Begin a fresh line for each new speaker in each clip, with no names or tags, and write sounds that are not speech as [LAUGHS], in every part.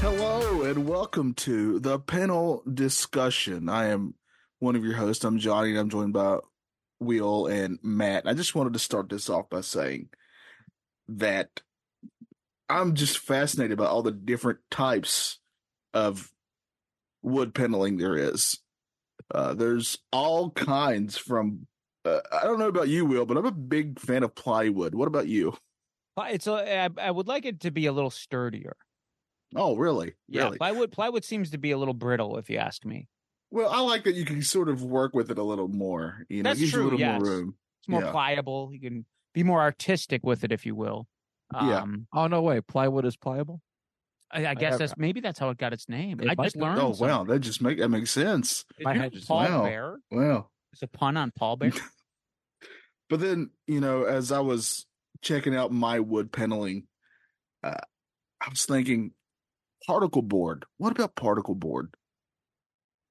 Hello and welcome to the panel discussion. I am one of your hosts. I'm Johnny and I'm joined by Will and Matt. I just wanted to start this off by saying that I'm just fascinated by all the different types of wood paneling there is. Uh, there's all kinds from, uh, I don't know about you, Will, but I'm a big fan of plywood. What about you?
Ply- It's a, I, I would like it to be a little sturdier.
Oh, really?
Yeah,
really?
Plywood plywood seems to be a little brittle, if you ask me.
Well, I like that you can sort of work with it a little more. You know,
That's
gives you
true,
a little
yes.
more room.
It's more
Yeah.
pliable. You can be more artistic with it, if you will.
Yeah.
Um,
Oh no way! Plywood is pliable.
I, I guess
have-
that's maybe that's how it got its name.
It
I
might
just
be.
learned.
Oh wow,
something.
that just make that makes sense.
Did
my
you know
head just-
Paul
wow.
Bear.
Wow.
It's a pun on Paul
[LAUGHS]
Bear.
But then you know, as I was checking out my wood paneling, uh, I was thinking particle board. What about particle board?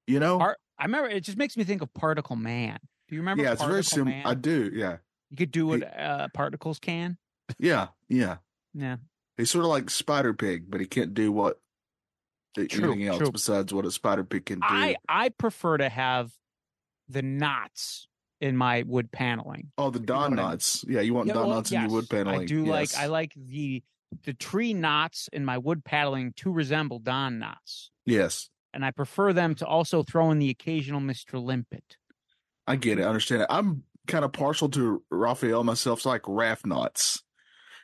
You know,
Par- I remember it just makes me think of Particle Man. Do you remember?
yeah, it's very
Particle
similar.
Man?
I do. Yeah,
You could do what
He-
uh, particles can.
yeah, yeah.
Yeah.
He's sort of like Spider Pig, but he can't do what e,
True,
anything else
true.
besides what a Spider Pig can do.
I I prefer to have the knots in my wood paneling.
Oh, the
know
Don
what I mean?
knots. Yeah, you want
Yeah,
Don
well,
knots in your wood
yes,
paneling.
I do
Yes.
like I like the the tree knots in my wood paneling to resemble Don knots,
Yes,
and I prefer them to also throw in the occasional Mister Limpet.
I get it. I understand it. I'm kind of partial to Raphael myself. So I like raft knots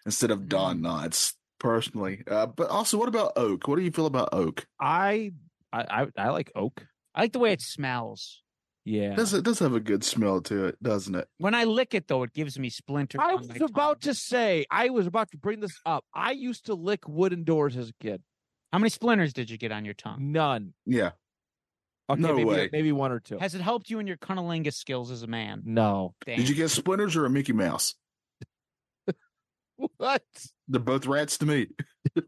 instead
Mm-hmm.
of Don knots personally. Uh, but also, what about oak? What do you feel about oak?
I I I, I like oak.
I like the way it smells.
Yeah.
Does it does have a good smell to it, doesn't it?
When I lick it, though, it gives me splinters.
I
on
was
my
about
tongue.
to say. I was about to bring this up. I used to lick wooden doors as a kid.
How many splinters did you get on your tongue?
None.
Yeah,
Okay,
No
maybe,
way.
Maybe one or two.
Has it helped you in your cunnilingus skills as a man?
no.
Damn.
did you get splinters or a Mickey
[LAUGHS]
Mouse?
What?
They're both rats to me. [LAUGHS]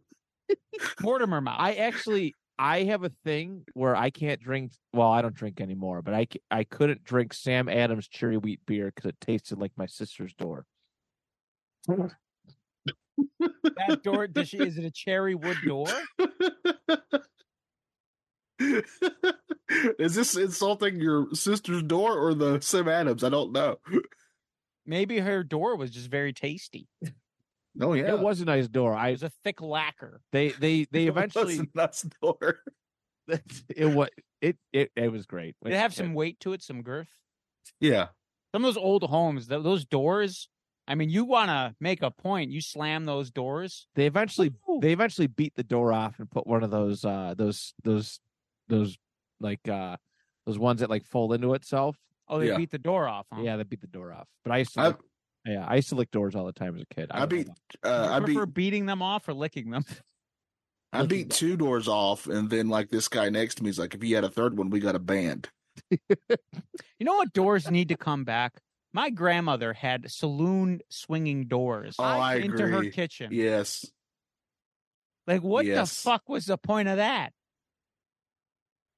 Mortimer mouth?
I actually I have a thing where I can't drink. Well, I don't drink anymore, but I c- I couldn't drink Sam Adams cherry wheat beer because it tasted like my sister's door.
that door? Does she, is it a cherry wood door?
Is this insulting your sister's door or the Sam Adams? I don't know.
Maybe her door was just very tasty.
Oh yeah,
It was a nice door.
It
I
was a thick lacquer.
they they they eventually
that's door.
[LAUGHS] it was it it it was great.
Did it have some weight to it, some girth?
Yeah,
some of those old homes, tho- those doors. I mean, you want to make a point. You slam those doors.
They eventually
Woo.
they eventually beat the door off and put one of those uh those those those like uh those ones that like fold into itself.
Oh, they
Yeah.
beat the door off. Huh?
Yeah, they beat the door off. But I used to
I
lick, yeah, I used to lick doors all the time as a kid.
I
don't know
beat
why.
uh,
Do you
I beat
prefer beating them off or licking [LAUGHS] them.
I beat two doors off, and then like this guy next to me is like, if he had a third one, we got a band.
You know what doors need to come back? My grandmother had saloon swinging doors
Oh, I
into her
agree.
kitchen.
Yes,
Like, what
Yes.
the fuck was the point of that?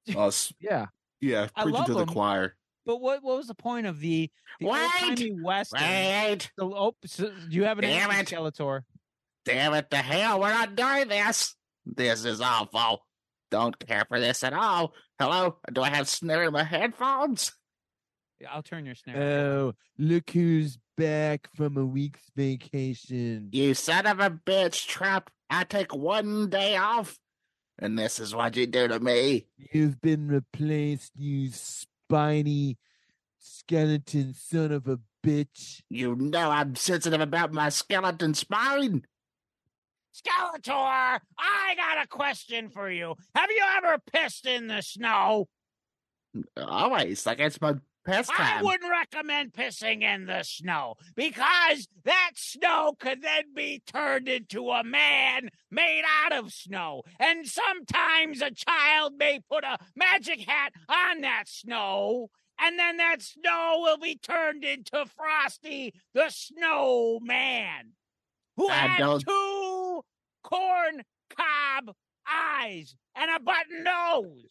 [LAUGHS]
us.
Yeah,
Uh, Yeah,
I
preaching
love
to the
them.
choir.
But what what was the point of the, the
Wait!
old-timey western? The, oh, so do you have an
Damn
answer,
it.
Skeletor?
damn it to hell! We're not doing this. This is awful. Don't care for this at all. Hello, do I have snare in my headphones?
I'll turn your snare.
Oh, look who's back from a week's vacation.
You son of a bitch, Trump! I take one day off, and this is what you do to me.
You've been replaced, you spiny skeleton son of a bitch.
You know I'm sensitive about my skeleton spine.
Skeletor, I got a question for you. Have you ever pissed in the snow?
Always, like it's my
pastime.
I wouldn't recommend pissing in the snow because that snow could then be turned into a man made out of snow. And sometimes a child may put a magic hat on that snow, and then that snow will be turned into Frosty the Snowman, who
I
had
don't-
two corn cob eyes and a button nose.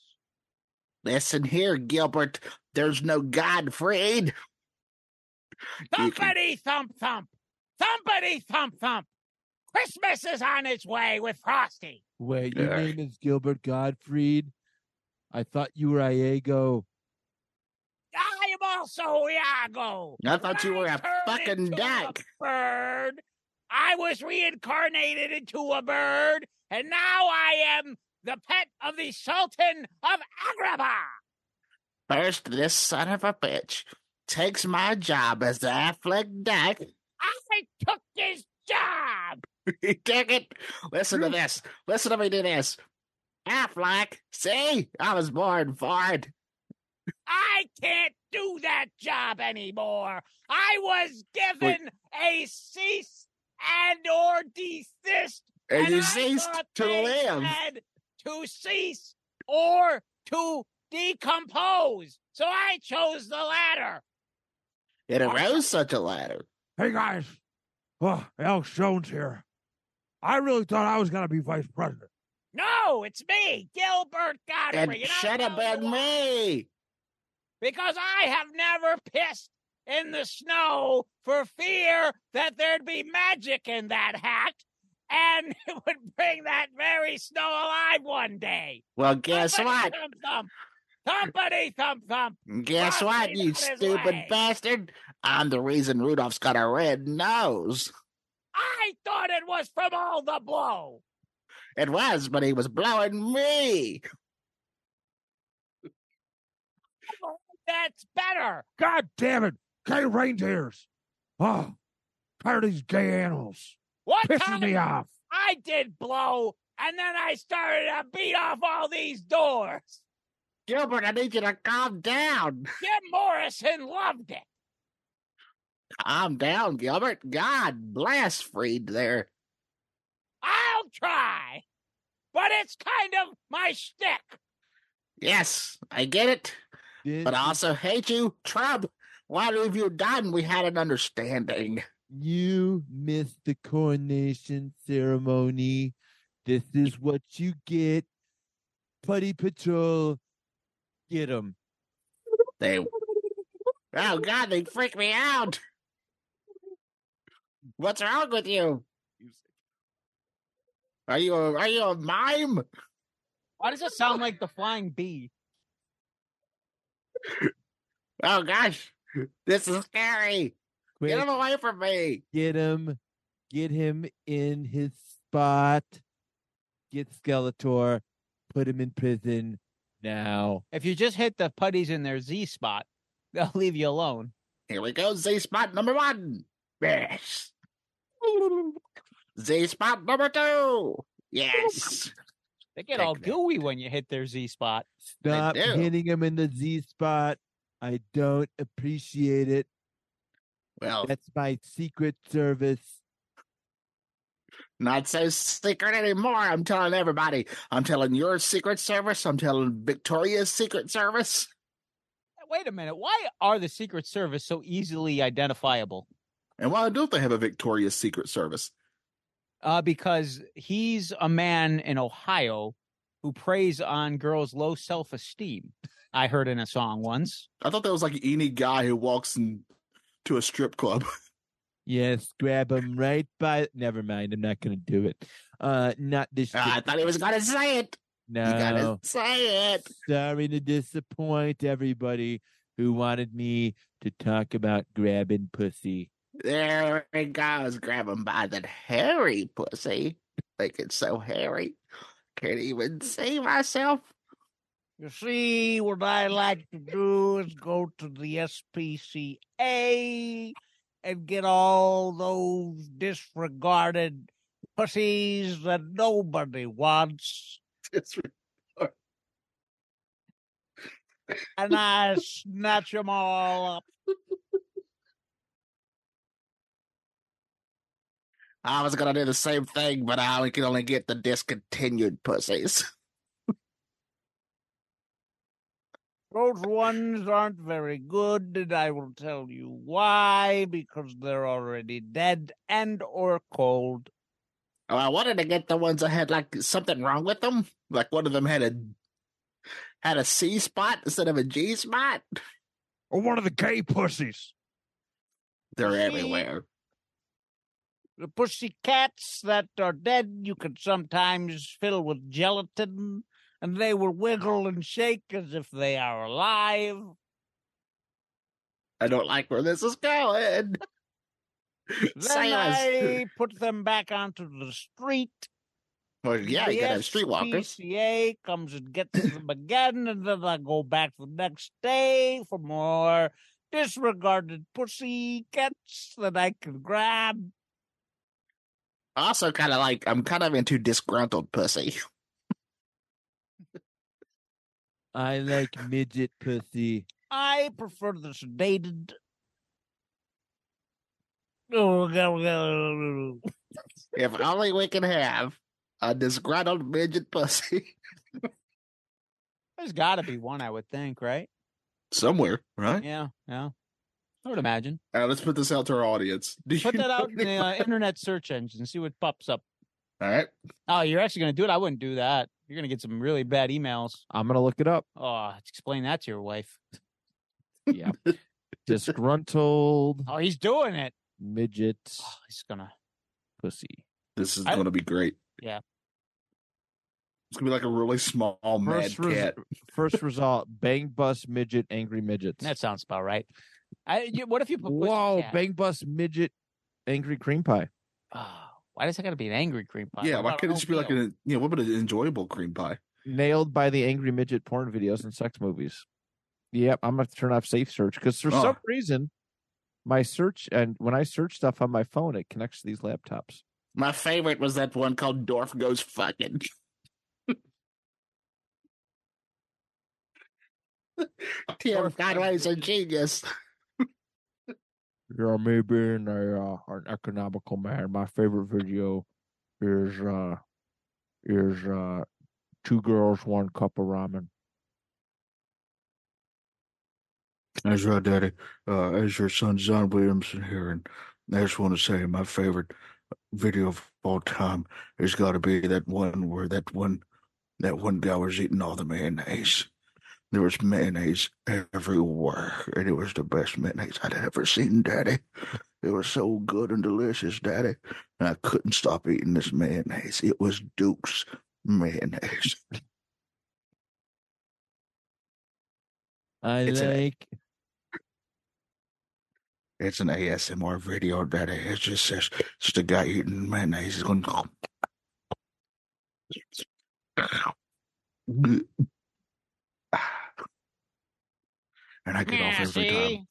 Listen here, Gilbert. There's no Godfried. You can-
Thumpity thump thump. Thumpity thump thump. Christmas is on its way with Frosty.
Wait,
Yeah.
your name is Gilbert Gottfried? I thought you were Iago.
I am also Iago.
I thought you were a
Turned
fucking
into a
duck.
Bird. I was reincarnated into a bird, and now I am the pet of the Sultan of Agrabah.
First, this son of a bitch takes my job as the Affleck duck.
[LAUGHS] I took his job.
He took it. Listen to this. Listen to me do this. Affleck, see, I was born for it.
I can't do that job anymore. I was given a cease and or desist.
And, you
I
ceased
thought
to
they
live.
said To cease or to decompose. So I chose the latter.
It arose such a ladder.
Hey guys, oh, Alex Jones here. I really thought I was gonna be vice president.
No, it's me, Gilbert Godfrey.
It should have been me.
because I have never pissed in the snow for fear that there'd be magic in that hat and [LAUGHS] it would bring that very snow alive one day.
Well, guess what?
Thumpity Thump, thump. Thumpity thump thump.
Guess what,
Frosty
you
down his
stupid
leg.
bastard? I'm the reason Rudolph's got a red nose.
I thought it was from all the blow.
It was, but he was blowing me.
Oh, That's better.
God damn it, gay reindeers. Oh, tired of these gay animals.
What
Pisses
time
me off.
I did blow, and then I started to beat off all these doors.
Gilbert, I need you to calm down.
Jim Morrison loved it.
Calm down, Gilbert. God bless Freed there.
I'll try. But it's kind of my shtick.
Yes, I get it,
This
but I also hate you, Trump. What have you done? We had an understanding.
You missed the coronation ceremony. This is what you get. Putty Patrol. Get them.
They, oh God, they freak me out. What's wrong with you? Are you a, are you a mime?
Why does it sound like the flying bee?
Oh gosh, this is scary. Get
Quick,
him away from me.
get him. Get him in his spot. Get Skeletor. Put him in prison now.
If you just hit the putties in their Z spot, [LAUGHS] they'll leave you alone.
Here we go. Z spot number one. Yes. Z spot number two. Yes.
[LAUGHS] They get all
Exactly.
gooey when you hit their Z spot.
Stop
do.
hitting him in the Z spot. I don't appreciate it.
Well,
That's my Secret Service.
not so secret anymore. I'm telling everybody. I'm telling your Secret Service. I'm telling Victoria's Secret Service.
Wait a minute. Why are the Secret Service so easily identifiable?
And why don't they have a Victoria's Secret Service?
Uh, because he's a man in Ohio who preys on girls' low self esteem. I heard in a song once.
I thought that was like any guy who walks in to a strip
[LAUGHS]
club.
Yes, grab him right by. Never mind. I'm not gonna do it. Uh, not this.
I
shit.
thought he was gonna say it.
no.
You gotta say it.
Sorry to disappoint everybody who wanted me to talk about grabbing pussy.
There it goes. Grab him by that hairy pussy. Like it's so hairy. Can't even see myself.
You see, what I like to do is go to the SPCA and get all those disregarded pussies that nobody wants.
It's
and I snatch them all up.
I was gonna do the same thing, but I can only get the discontinued pussies.
Those ones aren't very good, and I will tell you why, because they're already dead and or cold.
Oh, I wanted to get the ones that had like something wrong with them, like one of them had a had a C spot instead of a G spot.
Or one of the gay pussies.
They're
See?
everywhere.
The pussy cats that are dead, you can sometimes fill with gelatin, and they will wiggle and shake as if they are alive.
I don't like where this is
[LAUGHS]
going.
Then
Silence.
I put them back onto the street,
[LAUGHS] Well, yeah, you gotta have streetwalkers.
PCA comes and gets them again, and then I go back the next day for more disregarded pussy cats that I can grab.
Also, kind of like I'm kind of into disgruntled pussy. [LAUGHS]
I like midget pussy.
I prefer the sedated. Oh, That's
If only we can have a disgruntled midget pussy [LAUGHS]
got to be one, I would think, right?
somewhere, right?
Yeah, yeah. I would imagine.
Uh, let's put this out to our
[LAUGHS]
audience. [LAUGHS] Do
Put
you
that
know
out in the uh,
anybody-
internet search engine, see what pops up.
All right.
Oh, you're actually going to do it? I wouldn't do that. You're going to get some really bad emails.
I'm gonna look it up.
Oh, explain that to your wife.
Yeah. Disgruntled
Oh, he's doing it.
midget
Oh, he's gonna.
pussy.
This is
I-
going to be great.
Yeah.
It's going to be like a really small mad
First, res-
cat.
first result: bang bus midget angry midgets.
That sounds about right. I, you, what if you put? pussy
Whoa!
cat?
Bang bus midget angry cream pie.
Oh, why does that gotta be an angry cream pie?
yeah,
What
why
about
couldn't it just be like
oatmeal?
an, you know, what about an enjoyable cream pie?
Nailed by the angry midget porn videos and sex movies. Yep, I'm gonna turn off safe search because for
Oh.
some reason, my search and when I search stuff on my phone, it connects to these laptops.
My favorite was that one called Dorf Goes Fucking. [LAUGHS] Tim
Dorf
Conway's a
Goes-
genius. [LAUGHS]
Yeah, me being a uh, an economical man, my favorite video is uh is uh two girls, one cup of ramen.
That's right, Daddy. Uh, as your son, John Williamson here, and I just want to say my favorite video of all time has got to be that one where that one that one guy was eating all the mayonnaise. There was mayonnaise everywhere, and it was the best mayonnaise I'd ever seen, Daddy. It was so good and delicious, Daddy, and I couldn't stop eating this mayonnaise. It was Duke's mayonnaise.
I
It's a-
like
It's an ASMR video, Daddy. It just says it's the guy eating mayonnaise. He's going. And I get off
Yeah,
every
see?
time.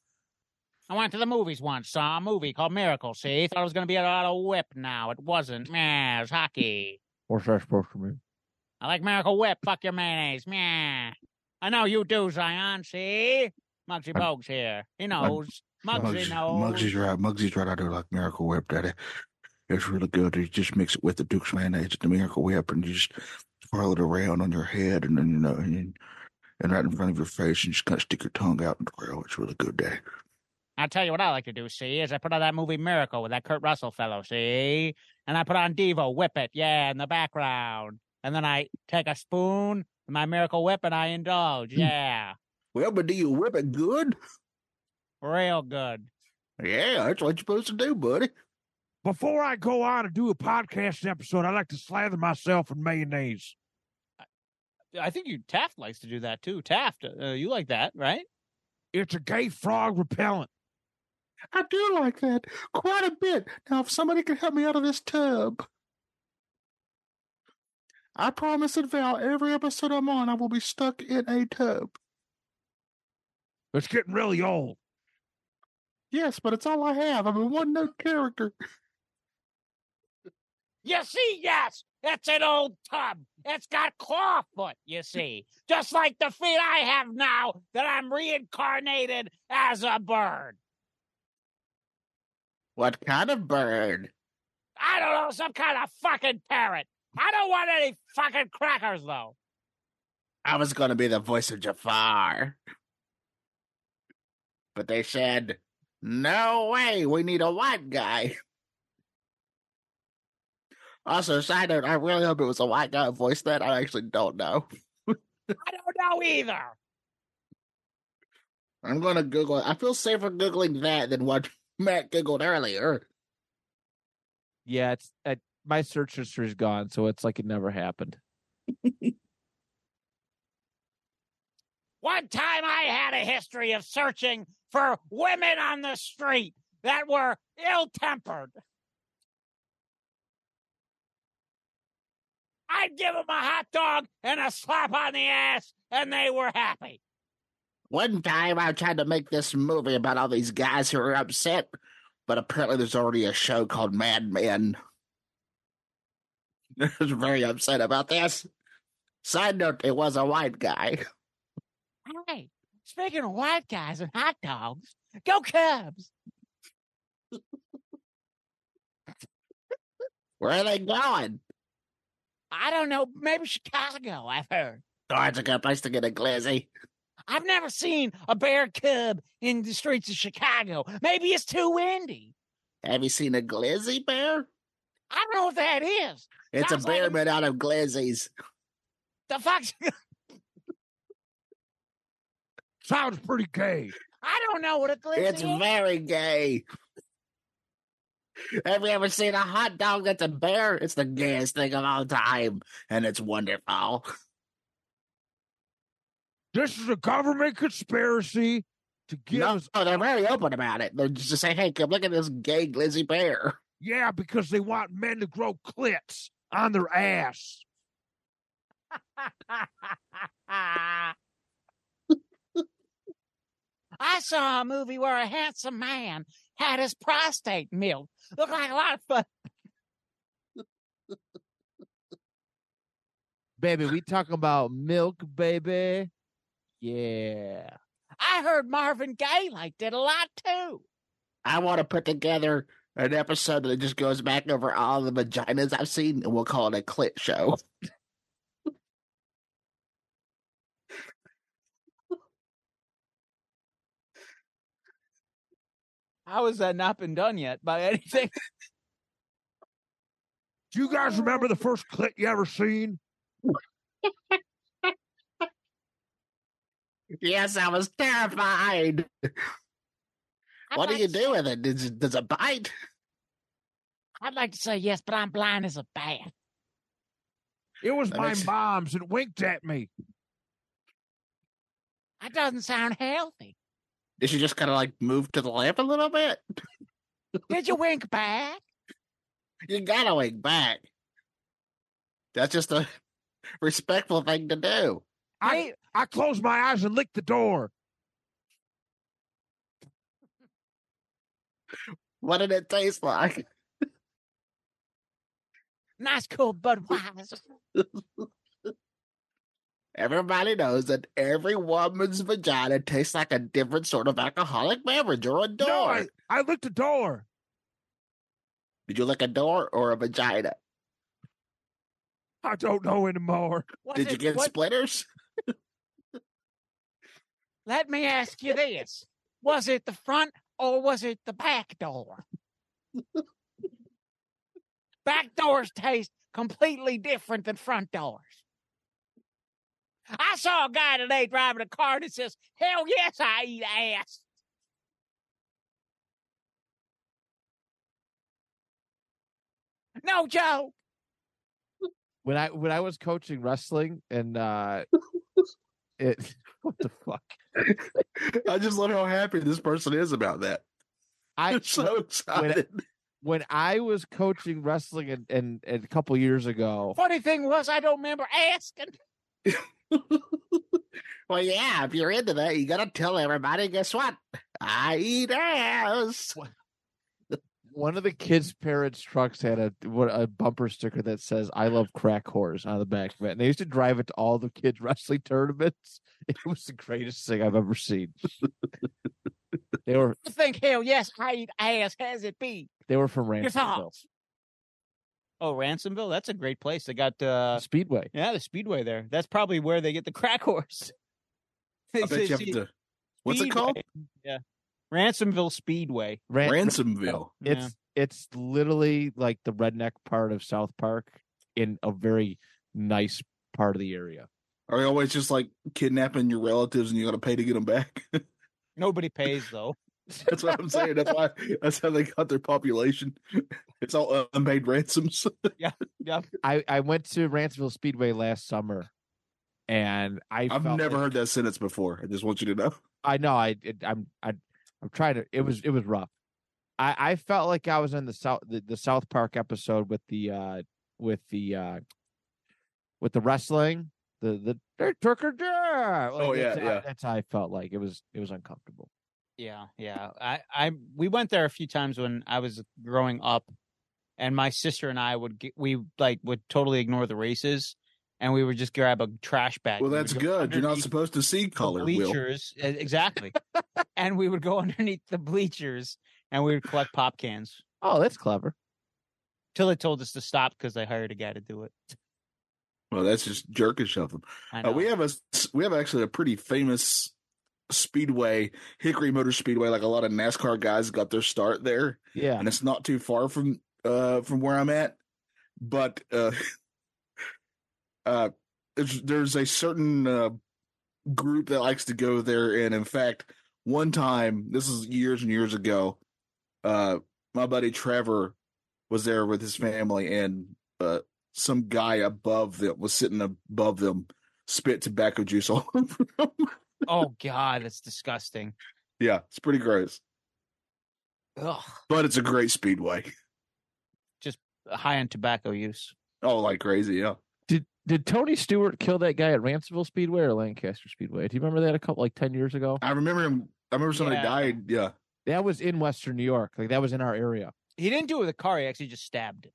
I went to the movies once, saw a movie called Miracle. See, thought it was gonna be a lot of whip. Now it wasn't. Meh, it was hockey.
what's that supposed to mean?
I like Miracle Whip. Fuck your mayonnaise. Meh. I know you do, Zion. See,
I'm-
Muggsy Bogues here. He knows. Muggsy
Muggs-
knows.
Muggsy's right. Muggsy's right. I do like Miracle Whip, Daddy. It's really good. You just mix it with the Duke's mayonnaise and the Miracle Whip, and you just swirl it around on your head, and then you know, and, you- and right in front of your face, and just kind of stick your tongue out and twirl. It's really good, Daddy.
I'll tell you what I like to do, see, is I put on that movie Miracle with that Kurt Russell fellow, see? And I put on Devo, Whip It, yeah, in the background. And then I take a spoon, my Miracle Whip, and I indulge, yeah.
Well, but do you whip it good?
Real good.
Yeah, that's what you're supposed to do, buddy.
Before I go on and do a podcast episode, I like to slather myself in mayonnaise.
I think you Taft likes to do that too. Taft, uh, you like that, right?
It's a gay frog repellent.
I do like that quite a bit. Now, if somebody can help me out of this tub, I promise and vow every episode I'm on, I will be stuck in a tub.
It's getting really old.
Yes, but it's all I have. I'm a one note character.
You see, yes, it's an old tub. It's got claw foot, you see, just like the feet I have now that I'm reincarnated as a bird.
What kind of bird?
I don't know, some kind of fucking parrot. I don't want any fucking crackers, though.
I was going to be the voice of Jafar. But they said, no way, we need a white guy. Also, side note, I really hope it was a white guy who voiced that. I actually don't know.
I don't know either.
I'm going to Google it. I feel safer Googling that than what [LAUGHS] Matt Googled earlier.
Yeah, it's uh, my search history is gone, so it's like it never happened.
One time I had a history of searching for women on the street that were ill tempered. I'd give them a hot dog and a slap on the ass, and they were happy.
One time I tried to make this movie about all these guys who are upset, but apparently there's already a show called Mad Men. [LAUGHS] I was very upset about this. Side note, it was a white guy.
Hey, speaking of white guys and hot dogs, go Cubs.
Where are they going?
I don't know, maybe Chicago, I've heard.
Oh, it's a good place to get a glizzy.
I've never seen a bear cub in the streets of Chicago. Maybe it's too windy.
Have you seen a glizzy bear?
I don't know what that is.
It's
Sounds
a
like
bear
a-
made out of glizzies.
The fuck's
Sounds pretty gay.
[LAUGHS] I don't know what a glizzy
It's
[LAUGHS] is.
very gay. Have you ever seen a hot dog that's a bear? It's the gayest thing of all time, and it's wonderful.
This is a government conspiracy to give
No,
us.
no, they're very open about it. They're just saying, "Hey, come look at this gay glizzy bear."
Yeah, because they want men to grow clits on their ass.
I saw a movie where a handsome man had his prostate milked. Looked like a lot of fun.
Baby, we talking about milk, baby. Yeah.
I heard Marvin Gaye like did a lot too.
I want to put together an episode that just goes back over all the vaginas I've seen, and we'll call it a clit show.
How has that not been done yet by [LAUGHS] anything?
Do you guys remember the first clit you ever seen?
Yes, I was terrified.
I'd
what
like
do you
to
do
say-
with it? Does, does it bite?
I'd like to say yes, but I'm blind as a bat.
It was
That
my
makes-
mom's and winked at me.
That doesn't sound healthy.
Did she just kind of like move to the left a little bit?
Did you wink back?
You gotta wink back. That's just a respectful thing to do.
I,
May-
I closed my eyes and licked the door.
What did it taste like?
Nice cool Budweiser.
Everybody knows that every woman's vagina tastes like a different sort of alcoholic beverage or a door.
No, I, I licked the door.
Did you lick a door or a vagina?
I don't know anymore.
Was
Did you
it-
get
what-
splitters?
Let me ask you this. Was it the front or was it the back door? back doors taste completely different than front doors. I saw a guy today driving a car that says, Hell yes, I eat ass. No joke.
when I when I was coaching wrestling and
[LAUGHS]
uh it [LAUGHS] what the fuck
I just love how happy this person is about that. [LAUGHS]
I
excited.
when I was coaching wrestling and, and, and a couple years ago
Funny thing was, I don't remember asking.
well, yeah, if you're into that, you gotta tell everybody. Guess what? I eat ass.
One of the kids' parents' trucks had a what a bumper sticker that says "I love crack whores" on the back of it, and they used to drive it to all the kids' [LAUGHS] wrestling tournaments. [LAUGHS] It was the greatest thing I've ever
[LAUGHS]
seen. they were
You think hell yes, I eat ass as it be.
they were from
Your [LAUGHS]
Ransomville
thoughts. Oh, Ransomville, that's a great place. They got uh
Speedway.
yeah, the speedway there. That's probably where they get the [LAUGHS] crack horse.
[LAUGHS] I bet you have to. What's it called?
Yeah. Ransomville Speedway.
Ran-
Ransomville.
Yeah.
It's it's literally like the redneck part of South Park in a very nice part of the area.
Are you always just like kidnapping your relatives and you got to pay to get them back? [LAUGHS]
Nobody pays
[LAUGHS]
though.
that's what I'm saying. That's why. That's how they got their population. [LAUGHS] It's all unpaid ransoms. [LAUGHS]
I I went to Ransomville Speedway last summer, and I
I've
felt
never
like-
heard that sentence before. I just want you to know.
I know I it, I'm I I'm trying to. It was it was rough. I I felt like I was in the south the, the South Park episode with the uh with the uh with the wrestling the the "Hey, Tucker Jar!" Like,
Oh, yeah,
that's-
yeah.
That's how I felt like it was it was uncomfortable.
Yeah, yeah. I, I, we went there a few times when I was growing up, and my sister and I would get, we like would totally ignore the races, and we would just grab a trash bag.
Well,
We would
that's
go
good. You're not
underneath
supposed to see
the
color, Will.
bleachers e- exactly, and we would go [LAUGHS] underneath the bleachers and we would collect pop cans
Oh, that's clever.
till they told us to stop because they hired a guy to do it.
Well, that's just jerkish of them.
I
Uh,
know.
we have a s- we have actually a pretty famous speedway, Hickory Motor Speedway. Like a lot of NASCAR guys got their start there,
Yeah.
and it's not too far from uh from where I'm at. But uh, [LAUGHS] uh, there's, there's a certain uh, group that likes to go there, and in fact, one time this is years and years ago, uh, my buddy Trevor was there with his family, and uh, some guy above them was sitting above them, spit tobacco juice all over them.
oh God, that's disgusting.
[LAUGHS] yeah, it's pretty gross,
Ugh,
but it's a great speedway. [LAUGHS]
high on tobacco use.
Oh, like crazy, yeah.
Did did Tony Stewart kill that guy at Ransomville Speedway or Lancaster Speedway? Do you remember that a couple like ten years ago?
I remember him. I remember somebody
Yeah.
died. Yeah,
That was in Western New York. Like that was in our area.
He didn't do it with a car. He actually just stabbed it.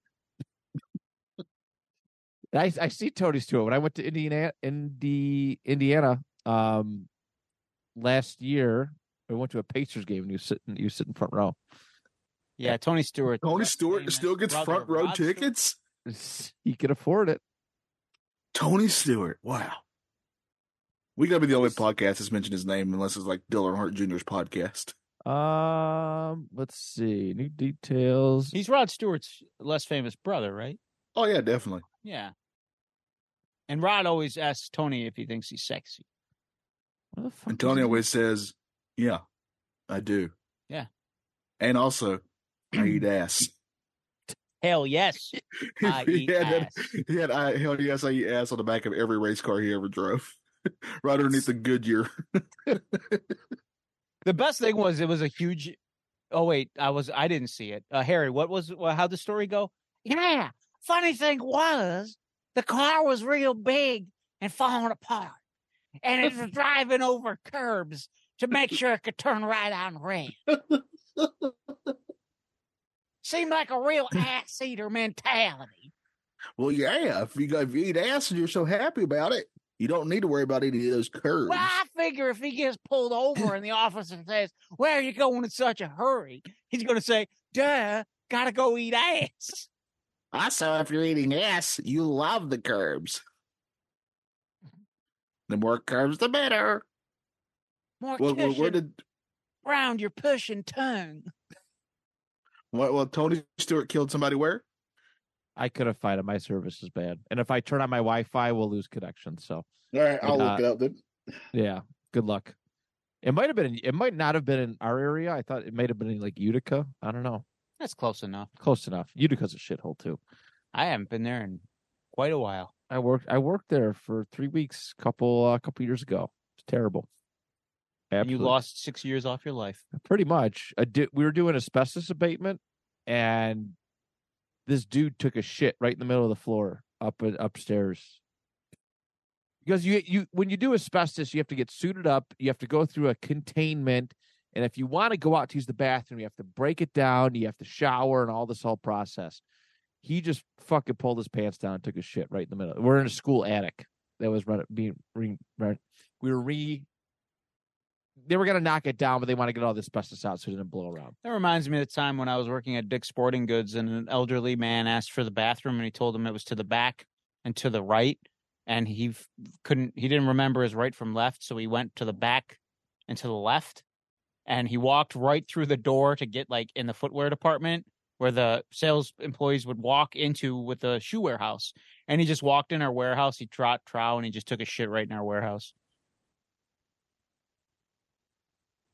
And I I see Tony Stewart when I went to Indiana, Indi, Indiana, um, last year. I went to a Pacers game and you sit in, you sit in front row.
Yeah, Tony Stewart.
Tony
What's his name?
Stewart still
His
gets
brother,
front row
Rod Stewart.
tickets.
[LAUGHS] He could afford it.
Tony Stewart. Wow. We gotta be the only podcast that's mentioned his name, unless it's like Dylan Hart Jr.'s podcast.
Um, let's see new details.
He's Rod Stewart's less famous brother, right?
Oh yeah, definitely.
Yeah. And Rod always asks Tony if he thinks he's sexy.
Where the fuck is
And Tony
it?
always says, "Yeah, I do."
Yeah.
And [CLEARS THROAT] also, I eat ass.
Hell
[LAUGHS]
yes. I eat
that-
ass.
he had I hell yes, I eat ass on the back of every race car he ever drove, [LAUGHS] right underneath the Goodyear.
The best thing was it was a huge. Oh wait, I was I didn't see it. Uh, Harry, what was well, how'd the story go? Yeah. Funny thing was, the car was real big and falling apart, and it was driving over curbs to make sure it could turn right on red. Seemed like a real ass eater mentality.
well, yeah, if you, go, if you eat ass and you're so happy about it, you don't need to worry about any of those curves.
Well, I figure if he gets pulled over and the officer says, Where are you going in such a hurry? He's going to say, Duh, gotta go eat ass.
Also, if you're eating ass, you love the curbs. The more curbs, the better.
More
Well, well,
kissing
where did
round your pushing tongue.
[LAUGHS]
well, well Tony Stewart killed somebody? Where?
I couldn't find it. My service is bad, and if I turn on my Wi-Fi, we'll lose connection. So
All right, I'll look
Uh,
it up then.
yeah, good luck. It might have been. in- It might not have been in our area. I thought it might have been in like Utica. I don't know.
That's close enough.
Close enough. Utica's a shithole too.
I haven't been there in quite a while.
I worked. I worked there for three weeks. Couple. uh, couple years ago. It's terrible.
And you
Absolutely.
lost six years off your life.
pretty much. A di- we were doing asbestos abatement, and this dude took a shit right in the middle of the floor up uh, upstairs. Because you you when you do asbestos, you have to get suited up. You have to go through a containment. And if you want to go out to use the bathroom, you have to break it down, you have to shower, and all this whole process. He just fucking pulled his pants down and took a shit right in the middle. We're in a school attic that was run, being re, re- we were re. They were gonna knock it down, but they want to get all the asbestos out so it didn't blow around.
That reminds me of the time when I was working at Dick's Sporting Goods and an elderly man asked for the bathroom and he told him it was to the back and to the right. And he f- couldn't, he didn't remember his right from left. So he went to the back and to the left. And he walked right through the door to get like in the footwear department where the sales employees would walk into with the shoe warehouse. And he just walked in our warehouse. He trot trow and he just took a shit right in our warehouse.
I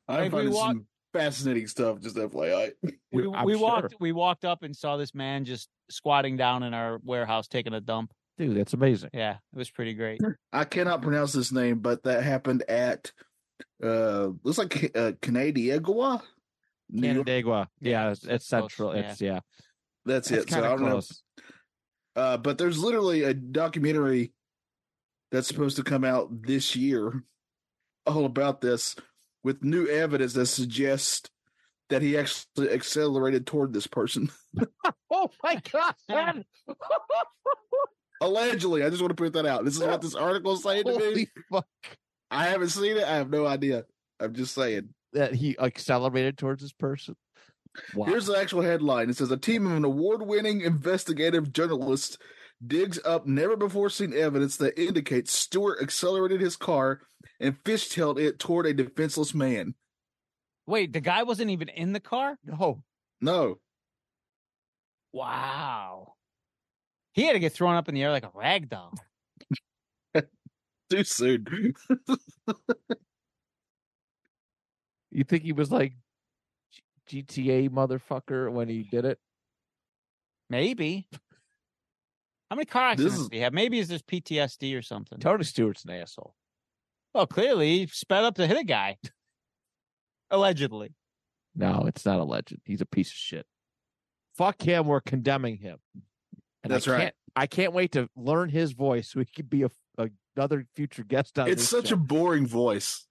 Like, we
find this
walk-
some fascinating stuff. Just FYI,
We,
I'm
we
sure.
walked we walked up and saw this man just squatting down in our warehouse taking a dump.
Dude, that's amazing.
Yeah, it was pretty great.
I cannot pronounce this name, but that happened at uh, looks like uh, Canandaigua. New York.
Canandaigua.
Yeah,
Yeah,
it's-
it's,
it's
it's
close,
central.
yeah.
It's yeah.
That's
It's
it. So I
kind of
don't know.
close.
Uh, but there's literally a documentary that's supposed to come out this year all about this with new evidence that suggests that he actually accelerated toward this person. [LAUGHS]
Oh
[LAUGHS]
my god!
um,
man.
Allegedly, I just want to put that out. This is what this article is saying to me.
Holy fuck!
I haven't seen it. I have no idea. I'm just saying.
That he accelerated towards this person. Wow.
Here's the actual headline. It says a team of an award-winning investigative journalist digs up never-before-seen evidence that indicates Stewart accelerated his car and fishtailed it toward a defenseless man.
Wait, the guy wasn't even in the car?
no.
No,
Wow. He had to get thrown up in the air like a rag doll.
too soon. [LAUGHS]
You think he was like G- GTA motherfucker when he did it?
Maybe. How many car
This
accidents
is-
did he have? Maybe it's just PTSD or something. [LAUGHS]
Tony Stewart's an asshole.
Well, clearly he sped up to hit
[LAUGHS]
a guy. Allegedly.
No, it's not a legend. He's a piece of shit. Fuck him. We're condemning him. And
That's
I
right.
can't, I can't wait to learn his voice so he could be a, a- another future guest on
it's
this
such
show.
a boring voice.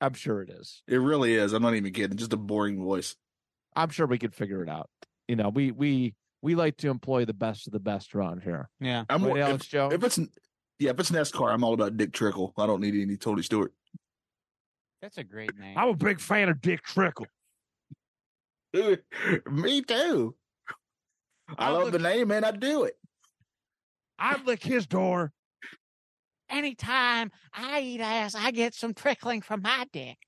I'm sure it is.
It really is. I'm not even kidding. Just a boring voice.
I'm sure we could figure it out. You know, we we we like to employ the best of the best around here.
Yeah.
I'm
Right,
if,
Alex Jones?
if it's yeah, if it's NASCAR, I'm all about Dick Trickle. I don't need any Tony Stewart.
That's a great name.
I'm a big fan of Dick Trickle.
[LAUGHS] Me too. I
I'm
love the
looking-
name, and I do it.
I'd lick his door.
Anytime I eat ass, I get some trickling from my dick.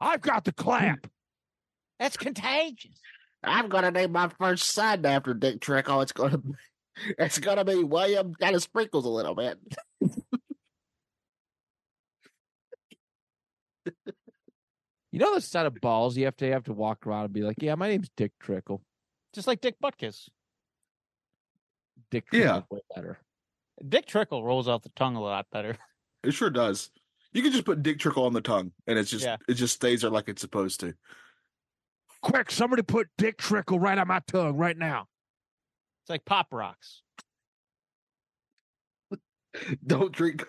I've got the clap.
That's contagious.
I'm gonna name my first son after Dick Trickle. It's gonna be, [LAUGHS] it's gonna be William. Kind of sprinkles a little bit. [LAUGHS]
You know the set of balls you have to have to walk around and be like, yeah, my name's Dick Trickle.
Just like Dick Butkus.
Dick Trickle
Yeah.
way better.
Dick Trickle rolls off the tongue a lot better. [LAUGHS]
It sure does. You can just put Dick Trickle on the tongue, and it's just
Yeah.
it just stays there like it's supposed
[LAUGHS]
to.
Quick, somebody put Dick Trickle right on my tongue right now.
It's like pop rocks.
Don't drink.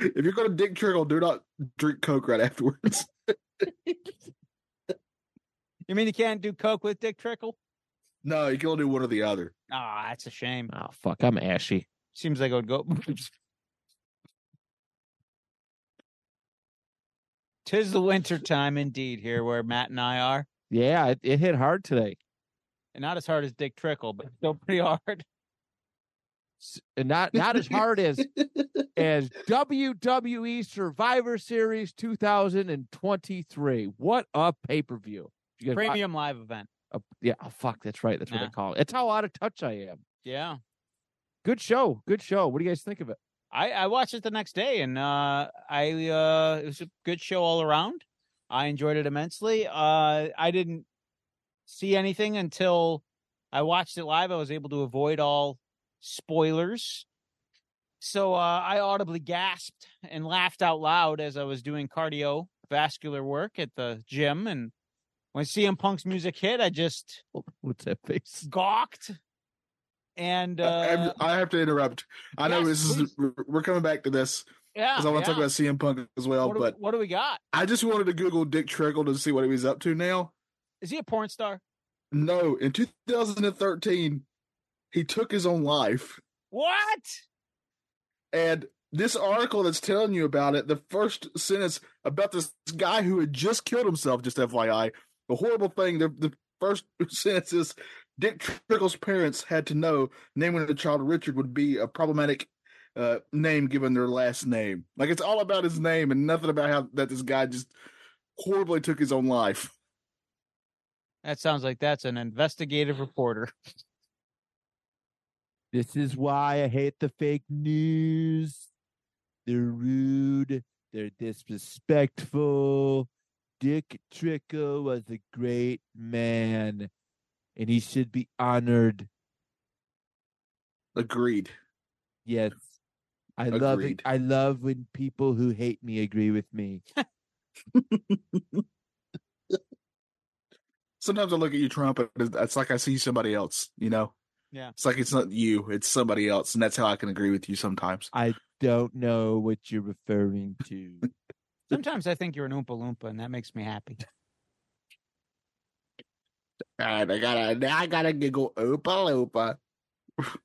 If you're gonna Dick Trickle, do not drink Coke right afterwards.
[LAUGHS]
You mean you can't do coke with Dick Trickle?
No, you can only do one or the other.
Ah, that's a shame.
Oh fuck, I'm ashy.
Seems like I would go. [LAUGHS] Tis the winter time indeed here where Matt and I are.
Yeah, it, it hit hard today.
And not as hard as Dick Trickle, but still pretty [LAUGHS] hard.
S- And not not as hard as as WWE Survivor Series 2023. What a pay-per-view. You guys-
Premium live event.
uh, yeah, oh, fuck, that's right. That's what
Nah.
they call it. It's how out of touch I am.
Yeah.
Good show. Good show. What do you guys think of it?
I, I watched it the next day and uh I uh it was a good show all around. I enjoyed it immensely. Uh I didn't see anything until I watched it live. I was able to avoid all spoilers. So uh, I audibly gasped and laughed out loud as I was doing cardiovascular work at the gym. And when CM Punk's music hit, I just
What's that
[LAUGHS]
face?
gawked. And
I-
uh,
I, I have to interrupt. I know
yes,
this is we're coming back to this.
Yeah.
because I want to
yeah.
talk about CM Punk as well.
what, do,
but
what do we got?
I just wanted to Google Dick Trickle to see what he was up to now.
Is he a porn star?
No, in 2013, he took his own life.
What?
And this article that's telling you about it, the first sentence about this guy who had just killed himself, just FYI, the horrible thing, the, the first [LAUGHS] sentence is Dick Trickle's parents had to know naming the child Richard would be a problematic uh, name given their last name. Like it's all about his name and nothing about how that this guy just horribly took his own life.
That sounds like that's an investigative reporter.
This is why I hate the fake news. They're rude. They're disrespectful. Dick Trickle was a great man, and he should be honored.
Agreed.
Yes, I love it.
Agreed.
I love when people who hate me agree with me.
sometimes I look at you, Trump, and it's- it's like I see somebody else. You know,
Yeah.
it's like it's not you, it's somebody else, and that's how I can agree with you sometimes.
I don't know what you're referring to.
Sometimes I think you're an Oompa Loompa, and that makes me happy.
All right, I gotta, now I gotta giggle, oopa [LAUGHS] loopa,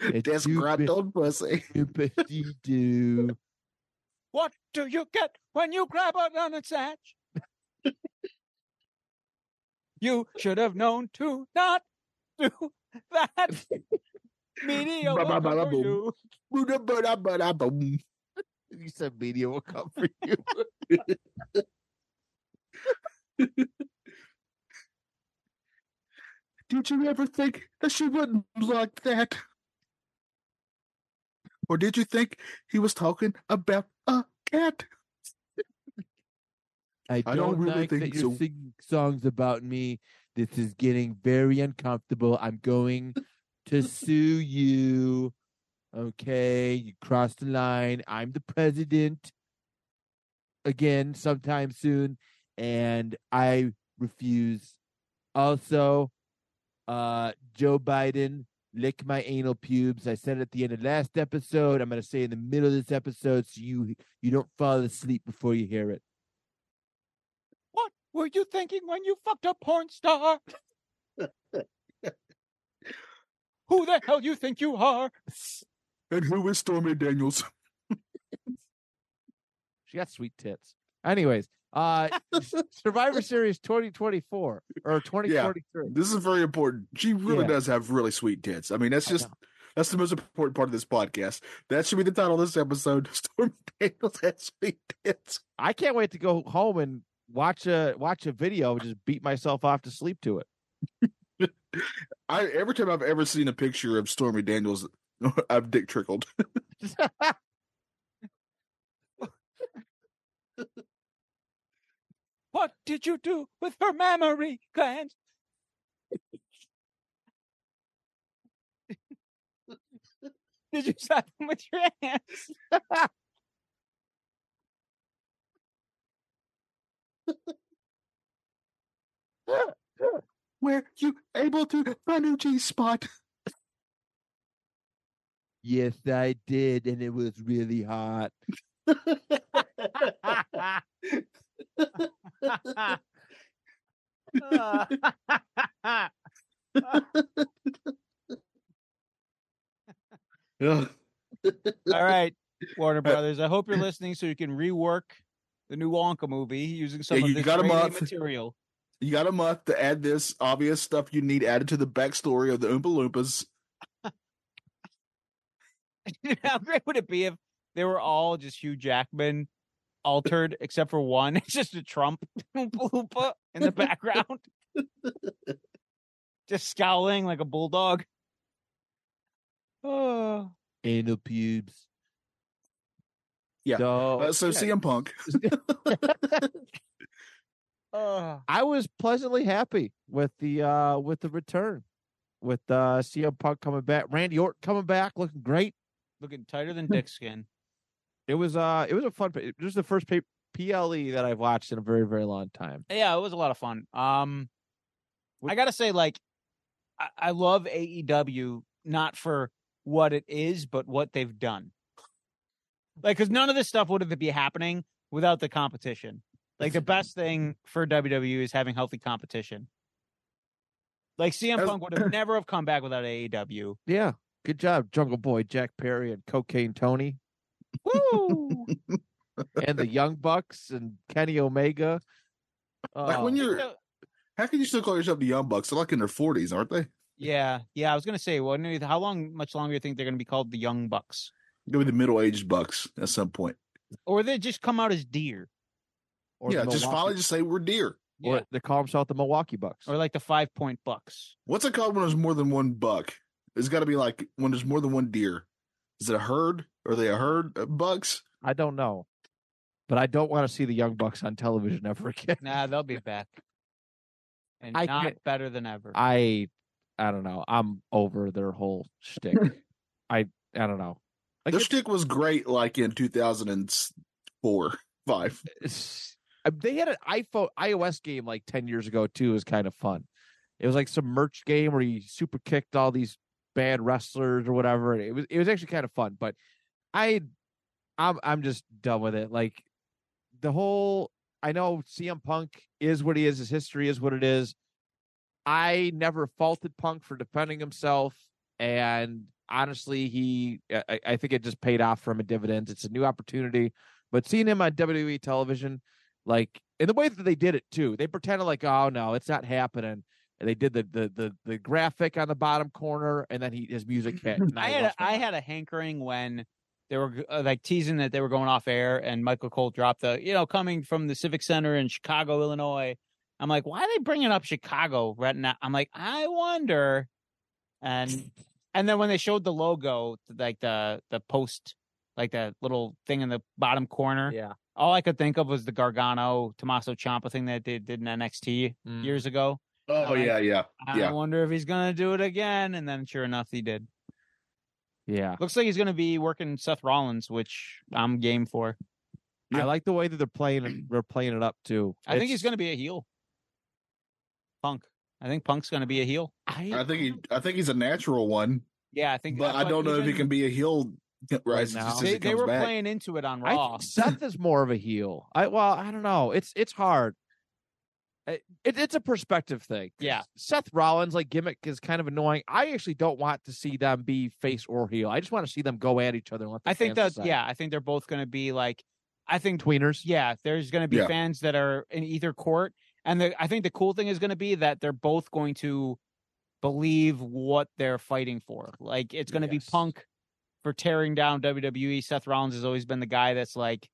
It's
disgruntled pussy. [LAUGHS]
do.
What do you get when you grab a nun's hatch? [LAUGHS] you should have known to not do [LAUGHS] that. Media will cover
Ba-ba-ba-ba-boom.
you.
Boo-da-ba-da-ba-da-boom.
You said media will come for you.
[LAUGHS]
Did you ever think that she wouldn't like that? Or did you think he was talking about [LAUGHS] a cat?
I don't,
don't really
like that
think
you're
so.
singing songs about me. This is getting very uncomfortable. I'm going to sue you. Okay, you crossed the line. I'm the president again sometime soon, and I refuse. Also, uh, Joe Biden, lick my anal pubes. I said it at the end of last episode. I'm going to say in the middle of this episode, so you you don't fall asleep before you hear it.
What were you thinking when you fucked a porn
[LAUGHS]
star? Who the hell you think you are? [LAUGHS]
And who is Stormy Daniels?
She got sweet tits. Anyways, uh Survivor Series 2024 or 2023.
This is very important. She really
Yeah.
does have really sweet tits. I mean, that's
I
just that's the most important part of this podcast. That should be the title of this episode. [LAUGHS] Storm Daniels has sweet tits.
I can't wait to go home and watch a watch a video and just beat myself off to sleep to it.
I every time I've ever seen a picture of Stormy Daniels, [LAUGHS] I've dick trickled. [LAUGHS]
What did you do with her mammary glands? [LAUGHS] did you slap them with your [LAUGHS] hands?
Were you able to find a G spot?
Yes, I did, and it was really
[LAUGHS]
hot.
Uh.
Yeah.
All
[LAUGHS]
right, Warner Brothers. I hope you're listening so you can rework the new Wonka movie using some
you-
of
you
this
got a
great
[LAUGHS] month.
material. [LAUGHS]
You got a month to add this obvious stuff you need added to the backstory of the Oompa Loompas.
How great would it be if they were all just Hugh Jackman altered except for one? [LAUGHS] It's just a Trump Oompa Loompa in
[LAUGHS]
the background. just scowling like a bulldog. Oh.
Anal pubes.
Yeah.
So,
Uh, so
yeah,
CM Punk.
oh.
I was pleasantly happy with the uh with the return. With uh CM Punk coming back, Randy Orton coming back, looking great.
Looking tighter
[LAUGHS]
than dick skin.
It was uh it was a fun pa- it was the first pa- PLE E that I've watched in a very very long time.
Yeah, it was a lot of fun. Um, I gotta say, like, I, I love E AEW not for what it is, but what they've done. Like, because none of this stuff would be happening without the competition. Like, the best thing for WWE is having healthy competition. Like, CM
As- [CLEARS THROAT]
Punk would have never have come back without E AEW.
Yeah. Good job, Jungle Boy, Jack Perry, and Cocaine Tony,
Woo!
[LAUGHS] and the Young Bucks, and Kenny Omega.
Like when
Oh,
you're, how can you still call yourself the Young Bucks? They're like in their forties, aren't they?
yeah, yeah. I was gonna say, well, how long, much longer do you think they're gonna be called the Young Bucks,
They'll be the middle aged Bucks at some point.
or they just come out as deer,
or the
yeah, just
Milwaukee-
finally just say we're deer.
or they call themselves the Milwaukee Bucks.
or like the Five Point Bucks?
What's it called when there's more than one buck? It's got to be like when there's more than one deer. Is it a herd? Are they a herd of bucks?
I don't know, but I don't want to see the Young Bucks on television ever [LAUGHS] again.
Nah, they'll be back, and
I
not
can't-
better than ever.
I, I don't know. I'm over their whole
[LAUGHS]
shtick. I, I don't know. Like
Their
it's-
shtick was great, like in two thousand and four, five.
it's- uh, they had an iPhone iOS game like ten years ago too. It was kind of fun. It was like some merch game where you super kicked all these bad wrestlers or whatever. and It was it was actually kind of fun, but I, I'm I'm just done with it. Like the whole. I know CM Punk is what he is. His history is what it is. I never faulted Punk for defending himself, and honestly, he I, I- I think it just paid off for him in dividends. It's a new opportunity. But seeing him on WWE television, like in the way that they did it too, they pretended like, oh no, it's not happening. And they did the the the, the graphic on the bottom corner, and then he his
[LAUGHS]
music hit. and
I had a,
lost my
I
mind.
had a hankering when they were g- uh, like teasing that they were going off air, and Michael Cole dropped the you know coming from the Civic Center in Chicago, Illinois. I'm like, why are they bringing up Chicago right now? I'm like, I wonder. And and then when they showed the logo, like the the post, like that little thing in the bottom corner,
yeah.
all I could think of was the Gargano Tommaso Ciampa thing that they did in NXT
Mm.
years ago.
Oh
Alright.
yeah, yeah.
I
Yeah.
wonder if he's gonna do it again. And then sure enough, he did.
Yeah.
[LAUGHS] Looks like he's going to be working Seth Rollins, which I'm game for.
I like the way that they're playing it they're playing it up too.
I think he's going to be a heel. Punk. I think Punk's going to be a heel.
I,
I think he, I think he's a natural one,
Yeah, I think.
but I
that's
don't
why
know if he
even-
can be a heel. Right,
now.
just as
They,
he
they
comes
were
back.
playing into it on
I
Raw.
think Seth is more of a heel. I well, I don't know. It's it's hard. I- It, it's a perspective thing. 'cause
Yeah.
Seth Rollins like gimmick is kind of annoying. I actually don't want to see them be face or heel. I just want to see them go at each other. And let the
I think
fans
that.
decide.
Yeah, I think they're both going to be like. I think.
Tweeners.
Yeah, there's going to be
Yeah.
fans that are in either court, and the, I think the cool thing is going to be that they're both going to believe what they're fighting for. Like it's going to
Yes.
be Punk for tearing down WWE. Seth Rollins has always been the guy that's like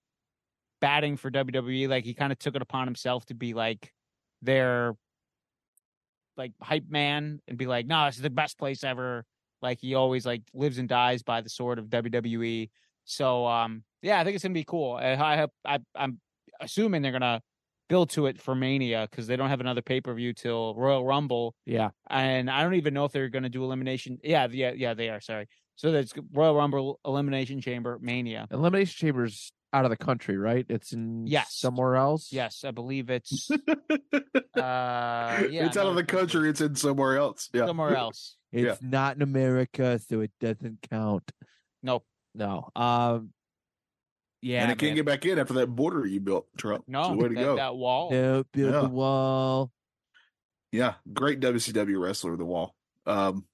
batting for WWE. Like he kind of took it upon himself to be like their like hype man and be like, no, this is the best place ever. Like he always like lives and dies by the sword of WWE. So um yeah, I think it's gonna be cool. And I hope I I'm assuming they're gonna build to it for Mania because they don't have another pay per view till Royal Rumble.
Yeah.
And I don't even know if they're gonna do elimination. Yeah, yeah, yeah, they are. Sorry. So that's Royal Rumble elimination chamber Mania.
Elimination Chamber's out of the country, right? It's in
Yes.
somewhere else.
Yes, I believe
[LAUGHS]
it's uh yeah,
it's out of
another
the country. It's in somewhere else. Yeah,
somewhere else.
It's
Yeah.
not in America, so it doesn't count.
Nope.
No. Um yeah.
and it can't
man.
get back in after that border you built, Trump.
No,
so way to
that,
go.
that wall.
no, build
Yeah.
the wall.
Yeah, great WCW wrestler, The Wall. Um,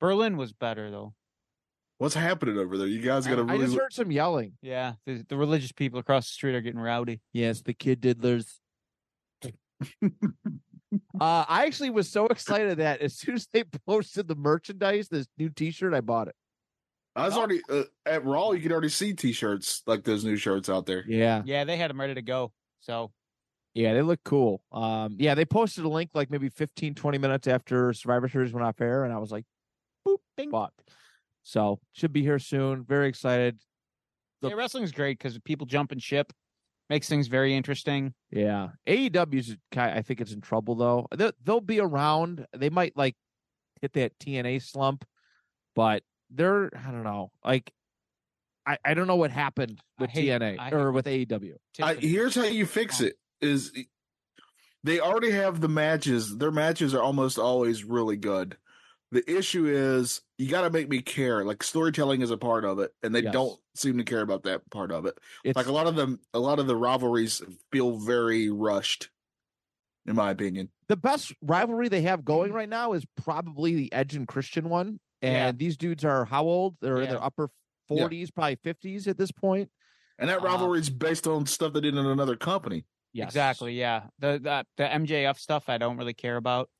Berlin was better though.
what's happening over there? You guys got to
I, I
really.
just heard some yelling.
Yeah, the, the religious people across the street are getting rowdy.
Yes, the kid diddlers. uh, I actually was so excited that as soon as they [LAUGHS] posted the merchandise, this new T-shirt, I bought it.
I was already uh, at Raw. You could already see T-shirts like those new shirts out there.
Yeah,
Yeah, they had him ready to go. So
yeah, they look cool. Um, yeah, they posted a link like maybe 15, 20 minutes after Survivor Series went off air, and I was like, boop,
Bing.
bought. So should be here soon. Very excited. The-
yeah, wrestling's great because people jump and ship, makes things very interesting.
Yeah, AEW's kind. I think it's in trouble though. They'll, they'll be around. They might like hit that TNA slump, but they're I don't know. Like I I don't know what happened
I
with
hate-
TNA
I
or
hate-
with E AEW.
I,
Tiffany.
here's how you fix it: is they already have the matches. Their matches are almost always really good, The issue is you got to make me care. Like storytelling is a part of it, and they
Yes.
don't seem to care about that part of it.
It's
Like a lot of them, a lot of the rivalries feel very rushed, in my opinion.
the best rivalry they have going right now is probably the Edge and Christian one. And
Yeah.
these dudes are how old? They're in
Yeah.
their upper
Yeah.
40s, probably 50s at this point.
And that
Uh,
rivalry is based on stuff they did in another company.
Yes.
Exactly. Yeah. The, the the MJF stuff I don't really care about.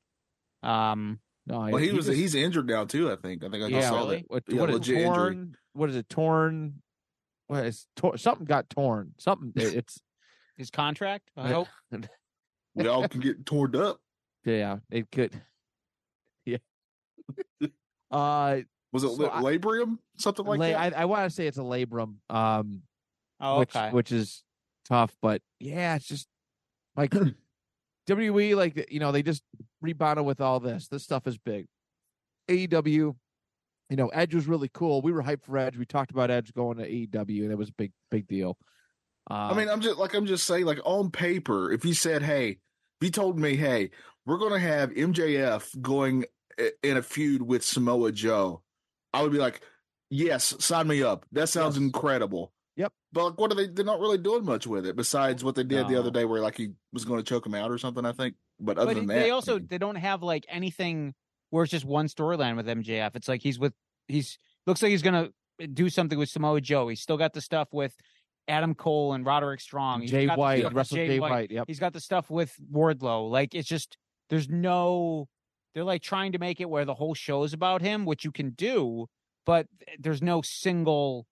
Um.
No,
Well, he, was
just-
he's injured now too. I think. I think I just
yeah,
saw
really?
that.
what,
Yeah,
what is
legit injury.
torn? What is it? Torn? What is tor- something got torn? Something. it- It's
His contract. I
Yeah.
hope.
[LAUGHS] We
[LAUGHS]
all can get torn up.
yeah. It could. Yeah. [LAUGHS] Uh,
Was it
So
la-
I-
labrium? Something like
la-
that.
I, I want to say it's a labrum. Um,
Oh,
which
okay.
which is tough. But yeah, it's just
[CLEARS THROAT]
like WWE, like you know, they just rebounded with all this. This stuff is big. AEW, you know, Edge was really cool. We were hyped for Edge. We talked about Edge going to AEW, and it was a big big deal.
I
Um,
mean, I'm just like I'm just saying, like on paper, if you said, "Hey," if you told me, "Hey, we're gonna have MJF going i- in a feud with Samoa Joe," I would be like, "Yes, sign me up. That sounds
Yes.
incredible."
Yep.
But like, what are they? They're not really doing much with it besides what they did the other
No.
day, where like he was going to choke him out or something. I think. But other
but
than
it-
that,
they
I
also
mean,
they don't have like anything where it's just one storyline with MJF. It's like he's with he's looks like he's gonna do something with Samoa Joe. He's still got the stuff with Adam Cole and Roderick Strong. He's
Jay
got the
White,
stuff with
wrestled Jay, White. Yep.
He's got the stuff with Wardlow. Like it's just there's no they're like trying to make it where the whole show's about him, which you can do, but th- there's no single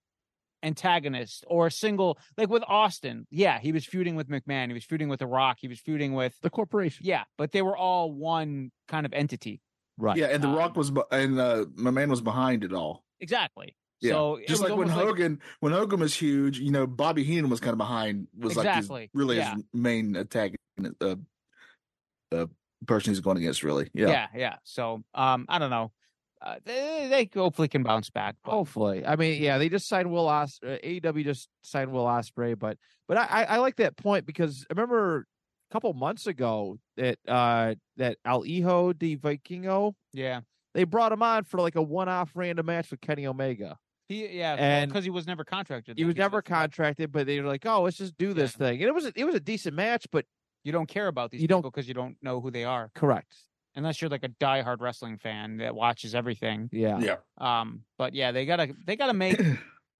antagonist or a single like with Austin. Yeah, he was feuding with McMahon, he was feuding with The Rock, he was feuding with
The corporation.
yeah, but they were all one kind of entity.
Right.
yeah, and The
um,
Rock was, be- and uh, my man was behind it all.
Exactly.
Yeah,
So it
just
was
like when
almost
Hogan, when Hogan was huge, you know, Bobby Heenan was kind of behind, was like his,
Exactly,
really
yeah.
his main attack, uh, uh, person he's going against, really. Yeah.
yeah. yeah, So um, I don't know. Uh, they, they hopefully can bounce back. But
Hopefully, I mean, yeah, they just signed Will Os. uh, AEW just signed Will Osprey, but but I, I I like that point because I remember a couple months ago that uh that Al Hijo de Vikingo
yeah,
they brought him on for like a one-off random match with Kenny Omega.
he yeah,
And-
because he was never contracted.
He
though.
was
He's
never
just like,
contracted, but they were like, "Oh, let's just do this
Yeah.
thing." And it was a, it was a decent match, but
You don't care about these
You don't-
people because you don't know who they are,
correct,
unless you're like a diehard wrestling fan that watches everything.
yeah,
Yeah.
Um, but yeah, they gotta they gotta
[CLEARS THROAT]
make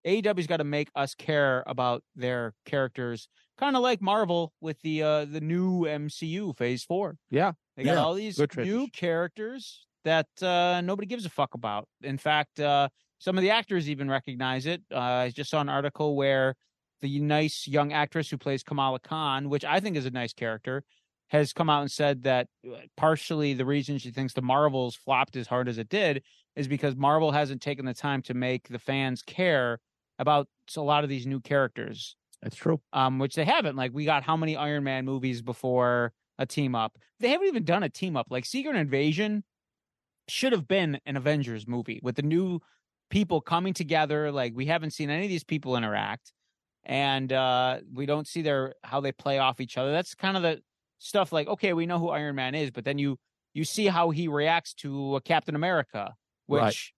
AEW's got to make us care about their characters, kind of like Marvel with the uh the new MCU Phase Four.
Yeah.
they got
Yeah.
all these
Good
new
transition.
characters that uh nobody gives a fuck about. In fact, uh some of the actors even recognize it. Uh, I just saw an article where the nice young actress who plays Kamala Khan, which I think is a nice character, has come out and said that uh, partially the reason she thinks the Marvels flopped as hard as it did is because Marvel hasn't taken the time to make the fans care about a lot of these new characters,
that's true.
um, which they haven't. Like we got how many Iron Man movies before a team up? They haven't even done a team up. Like Secret Invasion should have been an Avengers movie with the new people coming together. Like we haven't seen any of these people interact, and uh, we don't see their how they play off each other. That's kind of the stuff. Like okay, we know who Iron Man is, but then you you see how he reacts to a Captain America, which.
Right.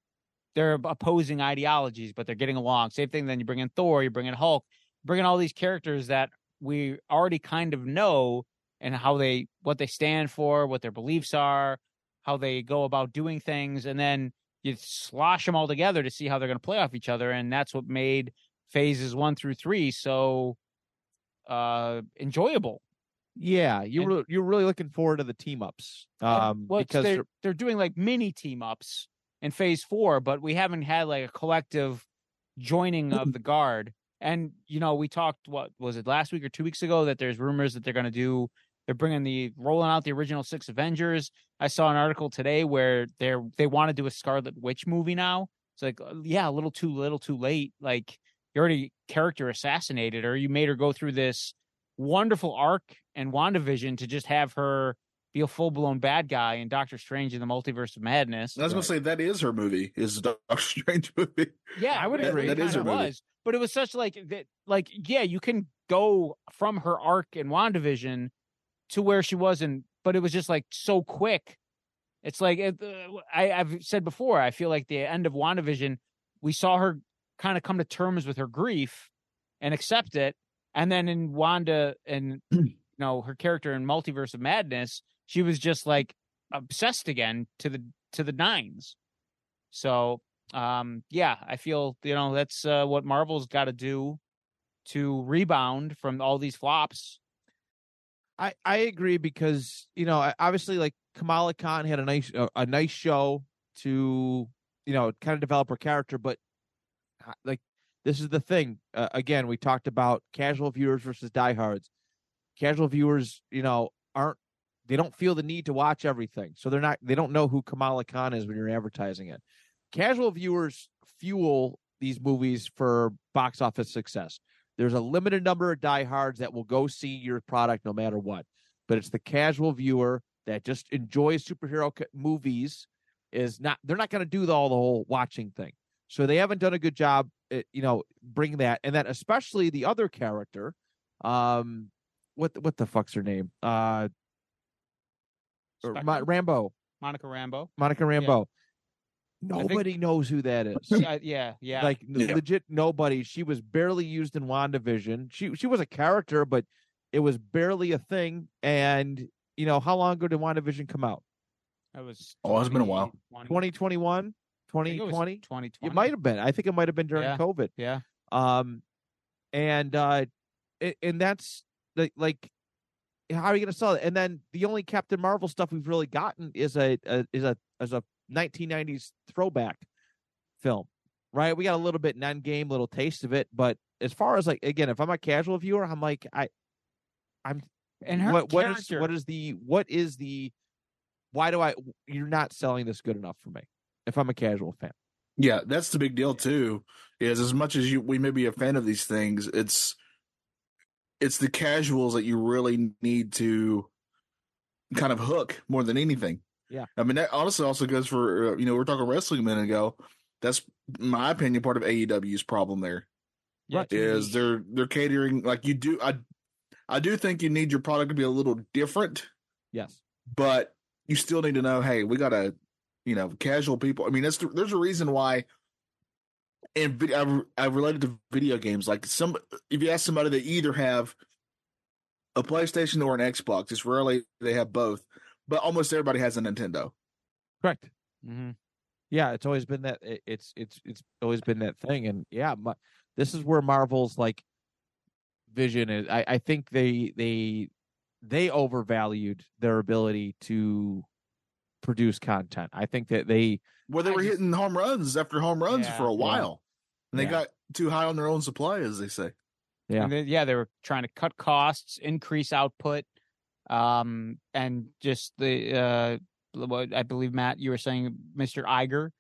They're opposing ideologies, but they're getting along. Same thing. Then you bring in Thor, you bring in Hulk, bring in all these characters that we already kind of know and how they what they stand for, what their beliefs are, how they go about doing things, and then you slosh them all together to see how they're going to play off each other, and that's what made phases one through three so uh enjoyable.
Yeah, you
And-
were you're really looking forward to the team ups,
And
um,
well, it's-
because
they're,
they're-
they're doing like mini team ups in phase four, but we haven't had like a collective joining of the guard. And you know, we talked what was it last week or two weeks ago that there's rumors that they're going to do. They're bringing the rolling out the original six Avengers. I saw an article today where they're they want to do a Scarlet Witch movie now. It's like, uh, yeah, a little too little, too late. Like you already character assassinated her. You made her go through this wonderful arc and WandaVision to just have her be a full blown bad guy in Doctor Strange in the Multiverse of Madness.
I was gonna say that is her movie, is the Doctor [LAUGHS] Strange movie.
Yeah,
I would
it-
agree.
It
That is
kinda
her movie.
was, but it was such like that. Like, yeah, you can go from her arc in Wandavision to where she was in, but it was just like so quick It's like it, uh, I, I've said before. I feel like the end of WandaVision, we saw her kind of come to terms with her grief and accept it, and then in Wanda and you know her character in Multiverse of Madness, she was just like obsessed again to the to the nines. So um, yeah, I feel you know that's uh, what Marvel's got to do to rebound from all these flops.
I, I agree because you know I- obviously like Kamala Khan had a nice uh, a, a nice show to you know kind of develop her character, but uh, like this is the thing uh, again we talked about casual viewers versus diehards. Casual viewers, you know, aren't they don't feel the need to watch everything, so they're not they don't know who Kamala Khan is when you're advertising it. Casual viewers fuel these movies for box office success. There's a limited number of diehards that will go see your product no matter what, but it's the casual viewer that just enjoys superhero co- movies is not they're not going to do the, all the whole watching thing. So they haven't done a good job, at, you know, bringing that and then especially the other character, um, what the- what the fuck's her name? Uh, or Ma-
Spectre?
Rambo,
Monica Rambo.
Monica Rambo. Nobody knows who that is.
Uh, yeah, yeah.
Like n-
Yeah.
legit nobody. She was barely used in WandaVision. She she was a character, but it was barely a thing. And you know, how long ago did WandaVision come out?
That was
Oh, it's been a while.
2020.
2021?
I think it was
2020?
2020.
It might have been. I think it might have been during
Yeah.
COVID.
Yeah.
Um and uh a- and that's like like how are you gonna sell it? And then the only Captain Marvel stuff we've really gotten is a, a is a is a 1990s throwback film, right? We got a little bit in Endgame, little taste of it, but as far as like again, if I'm a casual viewer, I'm like I, I'm
And her
what what is
character-
what is the what is the why do I you're not selling this good enough for me if I'm a casual fan.
Yeah, that's the big deal too. Is as much as you we may be a fan of these things, it's it's the casuals that you really need to kind of hook more than anything.
Yeah.
I mean that honestly also goes for uh, you know we are talking wrestling a minute ago. That's in my opinion part of AEW's problem there
Yeah, too
is
niche.
they're they're catering like you do I I do think you need your product to be a little different
Yes.
but you still need to know hey we gotta you know casual people i mean that's the, there's a reason why and vid- I've, I've related to video games like some if you ask somebody they either have a playstation or an xbox it's rarely they have both but almost everybody has a nintendo
Correct.
Mhm.
yeah it's always been that it- it's it's it's always been that thing and yeah my, this is where marvel's like vision is i i think they they they overvalued their ability to produce content i think that they
where they
I
were
just-
hitting home runs after home runs
Yeah,
for a
yeah.
while and they
Yeah.
got too high on their own supply as they say
Yeah.
And they- yeah, they were trying to cut costs, increase output, um, and just the uh, what I believe Matt, you were saying, Mr. Iger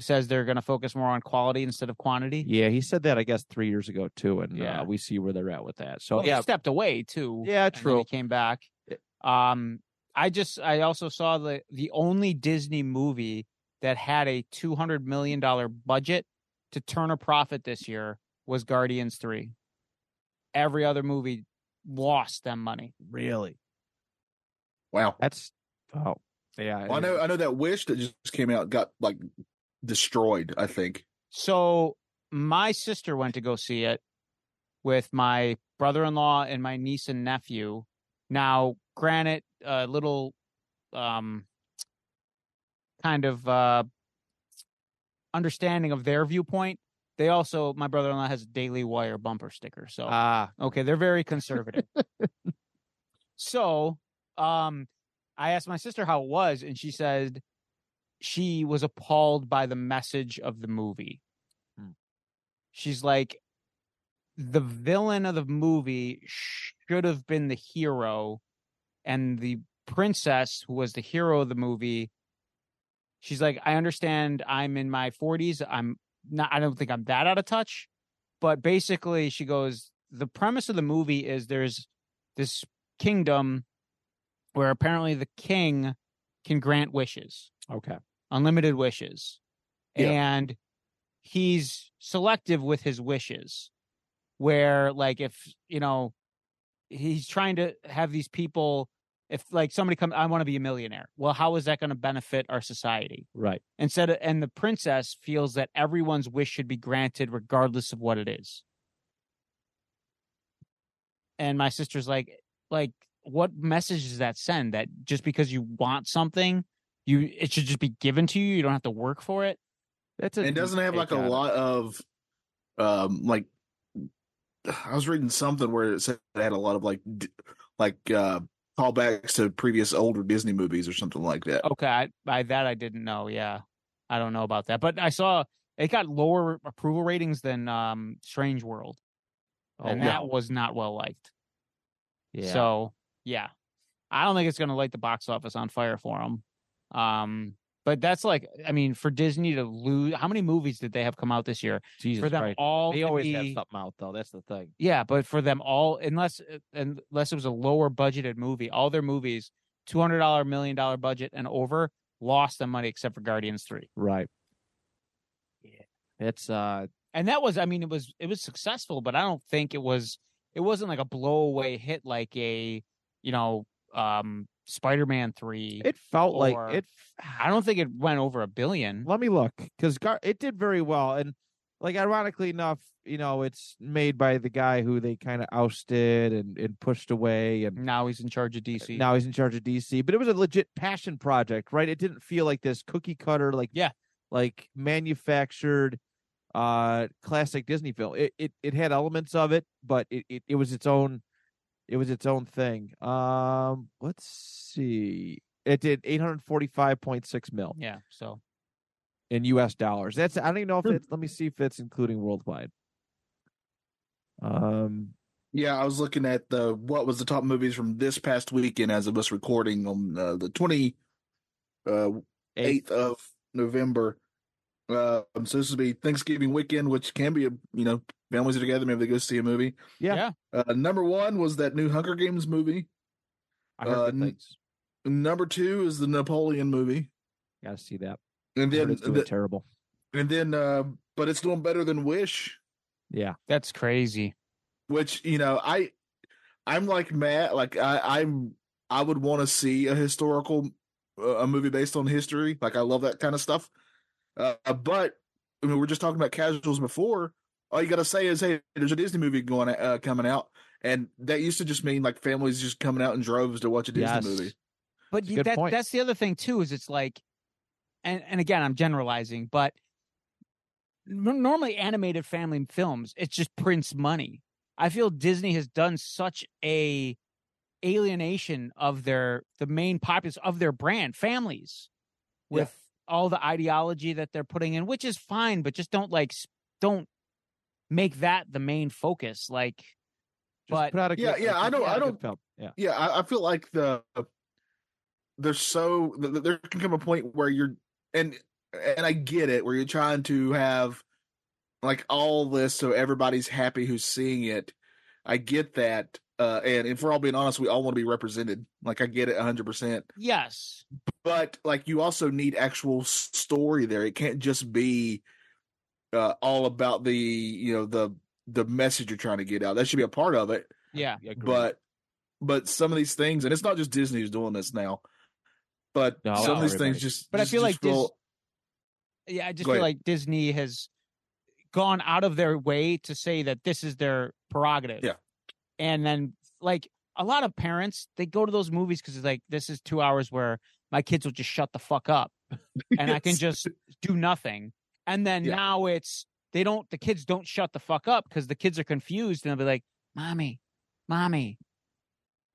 says they're going to focus more on quality instead of quantity.
yeah he said that i guess three years ago too and
Yeah.
uh, we see where they're at with that so
Well,
yeah
he stepped away too.
Yeah,
and then
true.
he came back.
Yeah.
Um, I just I also saw the the only Disney movie that had a two hundred million dollar budget to turn a profit this year was Guardians Three. Every other movie lost them money.
really
wow
that's oh yeah
Well, i
it-
know i know that wish that just came out got like destroyed i think
So my sister went to go see it with my brother-in-law and my niece and nephew. Now, granted, a little um kind of uh understanding of their viewpoint. They also my brother-in-law has a Daily Wire bumper sticker. So
ah
Okay, they're very conservative. so, um, I asked my sister how it was, and she said she was appalled by the message of the movie.
Hmm.
She's like, the villain of the movie should have been the hero, and the princess who was the hero of the movie. She's like, I understand. I'm in my 40s. I'm not. I don't think I'm that out of touch but basically she goes the premise of the movie is there's this kingdom where apparently the king can grant wishes
okay
unlimited wishes
Yeah.
and he's selective with his wishes where like if you know he's trying to have these people If like somebody comes, I want to be a millionaire. Well, how is that going to benefit our society?
Right.
Instead, of, and the princess feels that everyone's wish should be granted regardless of what it is. And my sister's like, like, what message does that send? That just because you want something, you it should just be given to you. You don't have to work for it.
That's a
And it doesn't have
deep
like a
take on it.
lot of, um, like I was reading something where it said it had a lot of like, d- like uh callbacks to previous older Disney movies or something like that.
Okay, I, I that I didn't know. Yeah, I don't know about that, but I saw it got lower approval ratings than um Strange World,
Oh,
and
yeah.
that was not well liked.
Yeah.
So [LAUGHS] yeah, I don't think it's going to light the box office on fire for them. Um, but that's like, I mean, for Disney to lose, how many movies did they have come out this year?
Jesus
for them
Christ.
all,
They
to
always have
be-
something out though. That's the thing.
yeah, but for them all, unless uh, unless it was a lower budgeted movie, all their movies, two hundred dollar million dollar budget and over, lost them money except for Guardians three.
Right. Yeah. It's uh
and that was i mean it was it was successful but i don't think it was it wasn't like a blowaway hit like a you know um spider-man 3
it felt
Or-
like it
i don't think it went over a billion
let me look because Gar- it did very well and like ironically enough you know it's made by the guy who they kind of ousted and, and pushed away and
now he's in charge of dc
now he's in charge of dc but it was a legit passion project right it didn't feel like this cookie cutter like
Yeah.
like manufactured uh classic disney film it it, it had elements of it but it, it it was its own it was its own thing um let's see it did 845.6 mil
yeah so
in U.S. dollars. That's I don't even know if it's. Let me see if it's including worldwide. Um,
Yeah, I was looking at the what was the top movies from this past weekend as of us recording on uh, the twenty uh, eighth of November. Uh, um, so this would be Thanksgiving weekend, which can be a you know families are together, maybe they go see a movie.
Yeah.
Yeah.
Uh, number one was that new Hunger Games movie.
I heard good
Uh, n-
things.
Number two is the Napoleon movie,
Gotta see that.
and
I heard
then
it's doing
the-
terrible.
and then uh, but it's doing better than Wish.
Yeah,
that's crazy
which you know i i'm like matt like i i'm i would want to see a historical uh, a movie based on history like i love that kind of stuff uh, but i mean we are just talking about casuals before all you gotta say is hey there's a disney movie going uh, coming out and that used to just mean like families just coming out in droves to watch a disney
Yes.
movie
but
It's a
you-
good
that,
point.
that's the other thing too is it's like and and again i'm generalizing but n- normally animated family films it just prints money i feel disney has done such a alienation of their the main populace of their brand families
Yeah.
with all the ideology that they're putting in which is fine but just don't like s- don't make that the main focus like
Just
But-
put out a
Yeah,
good-
yeah, I
put
don't-
out
I
a good
don't-
Film. Yeah,
yeah i, I feel like the there's so th- th- there can come a point where you're and and i get it where you're trying to have like all this so everybody's happy who's seeing it i get that uh and if we're all being honest we all want to be represented like i get it 100%
yes
but like you also need actual s- story there it can't just be uh all about the you know the the message you're trying to get out that should be a part of it
yeah
Agreed.
but but some of these things, and it's not just Disney who's doing this now, but
No,
some of these
everybody.
things just.
But I
just-
feel
just
like Dis- yeah, I just
Go
feel
ahead.
like Disney has gone out of their way to say that this is their prerogative.
Yeah.
And then like a lot of parents, they go to those movies because it's like this is two hours where my kids will just shut the
[LAUGHS]
fuck up and I can
Yes.
just do nothing. And then
Yeah.
now it's they don't the kids don't shut the fuck up because the kids are confused and they'll be like, Mommy, mommy,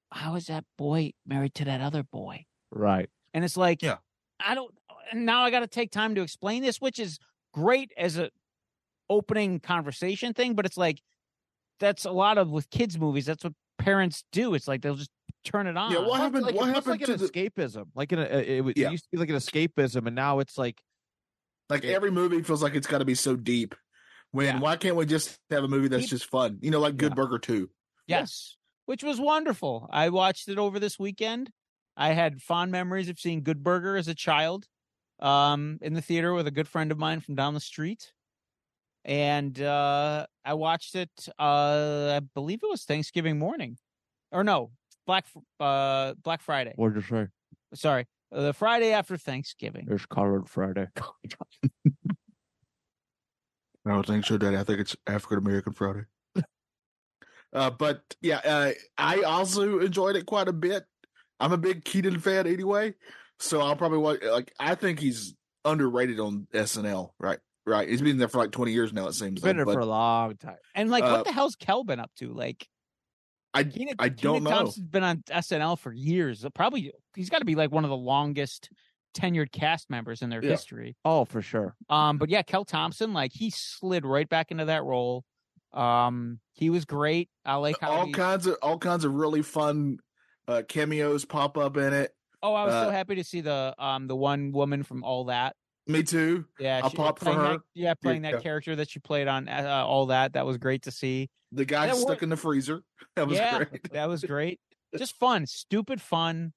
how is that boy married to that other boy?
right,
And it's like,
Yeah.
I don't. And now I got to take time to explain this, which is great as a opening conversation thing. But it's like that's a lot of with kids movies. That's what parents do. It's like they'll just turn it on.
Yeah, what happened?
Like,
what
it was like
happened to
an
the
escapism? Like an uh, it, was- it
Yeah.
used to be like an escapism, and now it's like
like every movie feels like it's got to be so deep. When
Yeah.
why can't we just have a movie that's just fun? You know, like Good
Yeah.
Burger Two.
Yes, which was wonderful. I watched it over this weekend. I had fond memories of seeing Good Burger as a child um, in the theater with a good friend of mine from down the street. And uh, I watched it, uh, I believe it was Thanksgiving morning. Or no, Black Fr- uh Black Friday.
What did you say?
Sorry, uh, the Friday after Thanksgiving.
It's Colored
[LAUGHS]
Friday.
I don't think so, Daddy. I think it's African American Friday. uh, but yeah, uh, I also enjoyed it quite a bit. I'm a big Keaton fan anyway, so I'll probably watch. Like, I think he's underrated on SNL. Right, right. He's been there for like 20 years now. It seems.
It's been there
like, but
for a long time.
And like,
Uh,
what the hell's Kel been up to? Like,
I
Keenan,
I don't
Keenan
know.
Thompson's been on SNL for years. Probably he's got to be like one of the longest tenured cast members in their
Yeah.
history.
Oh, for sure.
Um, but yeah, Kel Thompson, like he slid right back into that role. Um, he was great. I like how.
all
he-
kinds of all kinds of really fun uh, cameos pop up in it.
oh, I was so
uh,
happy to see the um the one woman from All That.
Me too.
Yeah, uh,
I'll pop for
playing that-
her.
yeah, playing
Yeah.
that character that she played on uh, All That. That was great to see.
The guy
That
stuck
worked.
in the freezer. [LAUGHS] That was
Yeah.
great.
That
[LAUGHS]
was great. Just fun, stupid fun,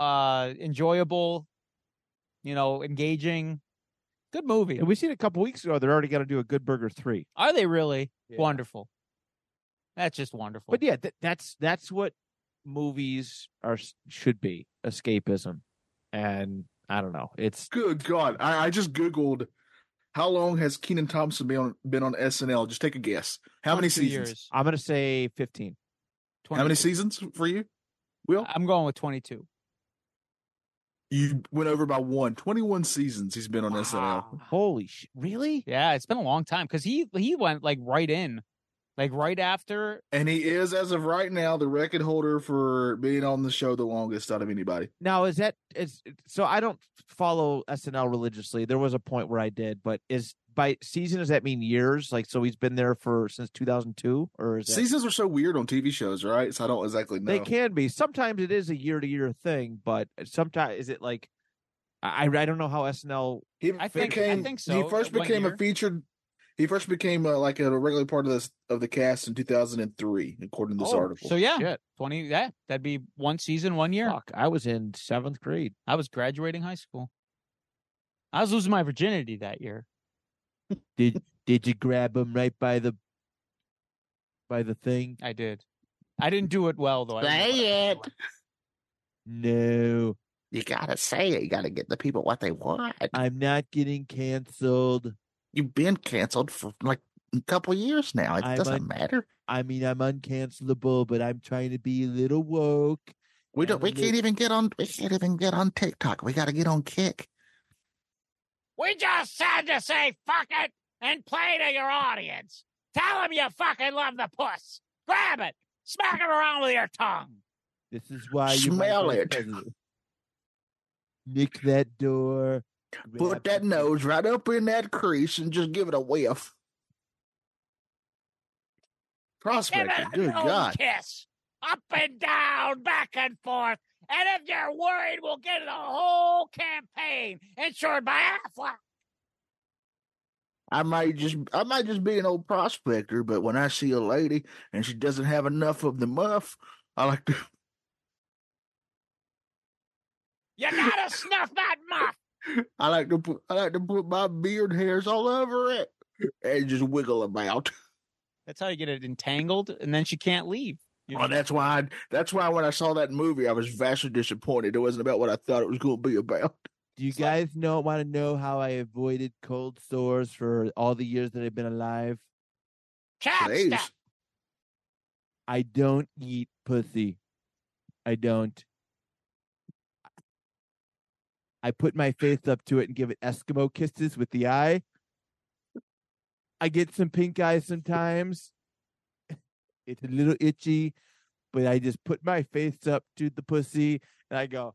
uh, enjoyable, you know, engaging. Good movie.
And we seen a couple weeks ago. They're already going to do a Good Burger three.
Are they really
Yeah.
wonderful? That's just wonderful.
But yeah, th- that's that's what movies are should be escapism, and I don't know. It's
Good God! I, I just googled how long has Keenan Thompson been on been on SNL. Just take a guess. How many
22
seasons?
Years.
I'm going to say fifteen.
How many
22.
seasons for you? Will
I'm going with 22.
you went over by one. Twenty one seasons he's been on SNL.
Holy sh! Really?
Yeah, it's been a long time because he he went like right in, like right after.
And he is, as of right now, the record holder for being on the show the longest out of anybody.
Now is that is so? I don't follow SNL religiously. There was a point where I did, but is by season does that mean years? Like so, he's been there for since 2002, or is that,
Seasons are so weird on TV shows, right? So I don't exactly know.
they can be. Sometimes it is a year to year thing, but sometimes is it like I I don't know how SNL.
He
I think- I
became,
think
He
so,
first
one
became a
year.
featured. He first became uh, like a regular part of this of the cast in 2003, according to this
Oh,
article.
So yeah,
Shit.
20. Yeah, that'd be one season, one year.
Fuck, I was in seventh grade.
I was graduating high school. I was losing my virginity that year.
Did you grab him right by the by the thing?
I did. I didn't do it well though. I didn't know what I
Say
was
it.
No,
You gotta say it. You gotta get the people what they want.
I'm not getting canceled.
You've been canceled for like a couple years now. It
I
doesn't
might-
matter.
I mean, I'm uncancelable, but I'm trying to be a little woke.
We don't. We
and a
can't even get on. We can't even get on TikTok. We gotta get on Kick.
We just said to say fuck it and play to your audience. Tell them you fucking love the puss. Grab it. Smack it around with your tongue.
This is why you might
Smell
go
it.
president. Nick that door. grab
Put that
the-
nose right up in that crease and just give it a whiff.
Give
Prospecting.
it a
Good
little
God.
kiss. Up and down, back and forth. And if you're worried, we'll get the whole campaign insured by Affleck.
I might just. I might just be an old prospector, but when I see a lady and she doesn't have enough of the muff, I like to.
[LAUGHS]
You gotta snuff that muff.
I like to put I like to put my beard hairs all over it and just wiggle about.
That's how you get it entangled, and then she can't leave.
Oh,
You
Well,
just-
that's why I, that's why when I saw that movie, I was vastly disappointed. It wasn't about what I thought it was going to
[LAUGHS]
be about.
Do you guys know want to know how I avoided cold sores for all the years that I've been alive?
Cat
Please.
step.
I don't eat pussy. I don't. I put my face up to it and give it Eskimo kisses with the eye. I get some pink eye sometimes. [LAUGHS] It's a little itchy, but I just put my face up to the pussy and I go.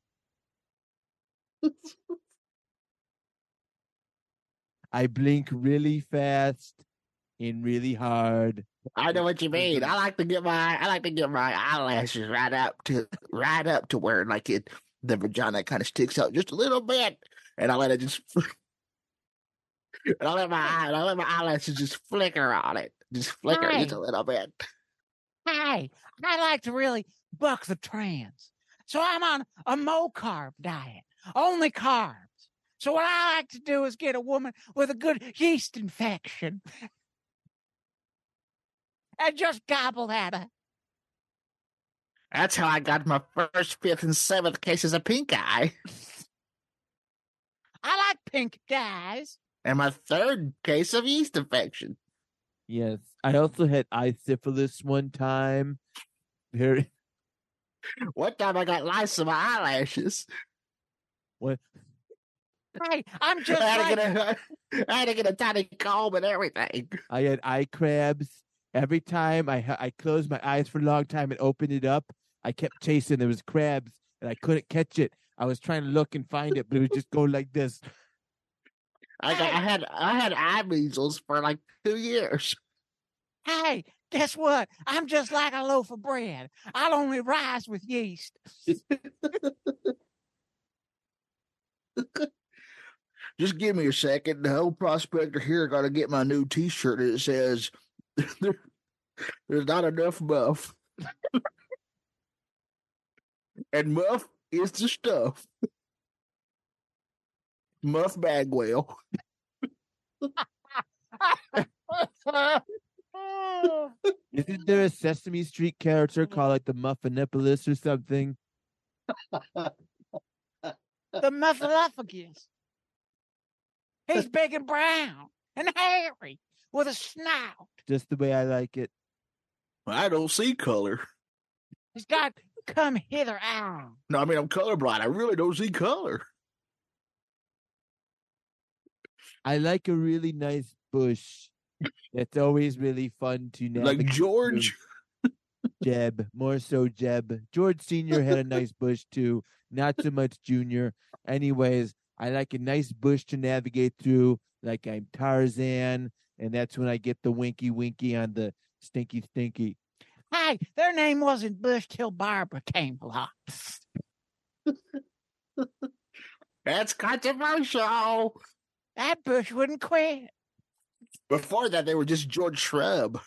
I blink really fast and really hard.
I know what you mean. I like to get my I like to get my eyelashes right up to right up to where like it the vagina kind of sticks out just a little bit, and I let it just. [LAUGHS] And I let my eye, and I let my eyelashes just flicker on it, just flicker just a little bit.
Hi, I like to really buck the trends. So I'm on a mo carb diet, only carbs. So what I like to do is get a woman with a good yeast infection and just gobble at her.
That's how I got my first, fifth, and seventh cases of pink eye.
I like pink guys.
And my third case of yeast infection.
Yes. I also had eye syphilis one time. Very
One time I got lice in my eyelashes.
what
Hey,
[LAUGHS]
I'm
I
just
had,
like
to get a, [LAUGHS] I had to get a tiny comb and everything.
I had eye crabs. Every time I ha- I closed my eyes for a long time and opened it up, I kept chasing. There was crabs and I couldn't catch it. I was trying to look and find it, but it would just go like this.
I got, I had I had eye measles for like two years.
Hey, guess what? I'm just like a loaf of bread. I'll only rise with yeast. [LAUGHS]
Just give me a second. The whole prospector here got to get my new T-shirt that says [LAUGHS] there, "There's not enough muff," [LAUGHS] and muff is the stuff. Muff Bagwell.
Isn't there a Sesame Street character called like the Muffinopolis or something?
the muffalophagus. He's big and brown and hairy with a snout.
Just the way I like it.
I don't see color.
He's got come hither eyes.
No, I mean I'm colorblind. I really don't see color.
I like a really nice bush. That's always really fun to navigate.
Like George.
Jeb, more so Jeb. George Senior had a nice bush too, not so much Junior. Anyways, I like a nice bush to navigate through, like I'm Tarzan, and that's when I get the winky winky on the stinky stinky.
Hey, their name wasn't Bush till Barbara came along.
That's controversial.
That Bush wouldn't quit.
Before that, they were just George Shrub.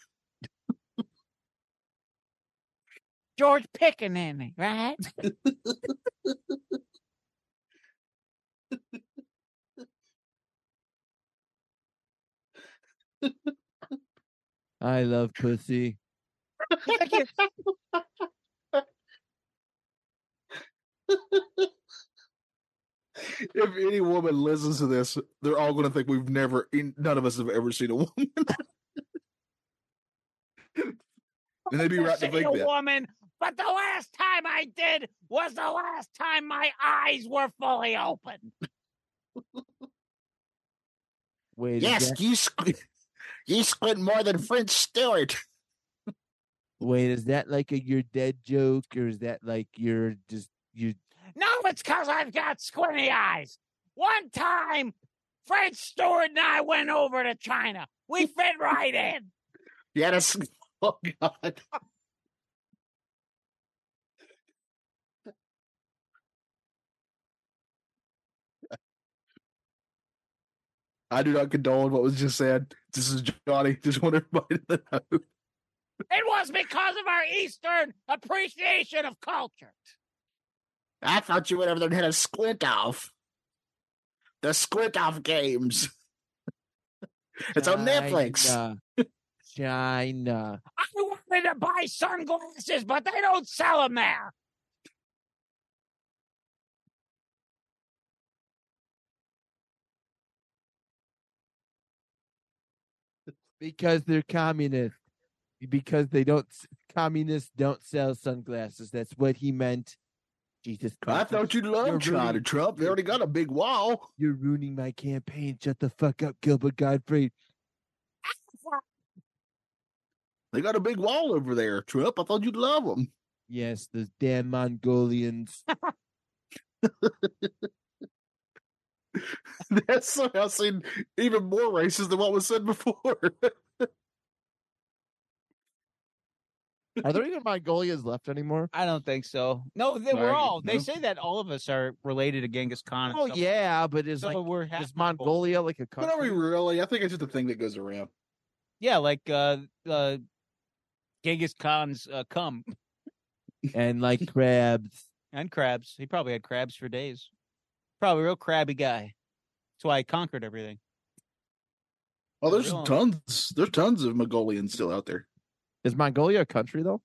George Pickaninny,
[LAUGHS]
right?
I love pussy.
You think you-
If any woman listens to this, they're all going to think we've never, none of us have ever seen a [LAUGHS] woman. and they'd be
to
right to
see
think
a
that.
woman, but the last time I did was the last time my eyes were fully open.
Wait, is
Yes,
that-
you squ- [LAUGHS] you squint more than French Stewart. [LAUGHS]
wait, is that like a you're dead joke, or is that like you're just you?
No, it's because I've got squinty eyes. One time, Fred Stewart and I went over to China.
[LAUGHS]
We fit right in.
Yeah, that's [LAUGHS] oh god.
I do not condone what was just said. This is Johnny. Just want everybody to know.
It was because of our Eastern appreciation of culture.
I thought you went over there and had a squint off. The squint off games. [LAUGHS] It's on Netflix.
China. China.
I wanted to buy sunglasses, but they don't sell them there.
[LAUGHS] Because they're communist. Because they don't s- communists don't sell sunglasses. That's what he meant. Jesus Christ.
I thought you
You're
loved China,
ruining-
Trump. They already got a big wall.
You're ruining my campaign. Shut the fuck up, Gilbert Gottfried.
They got a big wall over there, Trump. I thought you'd love them.
Yes, those damn Mongolians.
[LAUGHS]
[LAUGHS]
That's somehow seen even more racist than what was said before.
Are there even Mongolians left anymore?
I don't think so. No, they,
Sorry,
we're all. They
no.
say that all of us are related to Genghis Khan. and
Oh
stuff.
yeah, but is
so
like
we're half
is Mongolia like a
but are we
country?
[LAUGHS] really? I think it's just a thing that goes around.
Yeah, like uh, uh, Genghis Khan's uh, cum
And like crabs.
and crabs. He probably had crabs for days. Probably a real crabby guy. That's why he conquered everything.
Oh, there's
Really?
tons. There's tons of Mongolians still out there.
Is Mongolia a country though?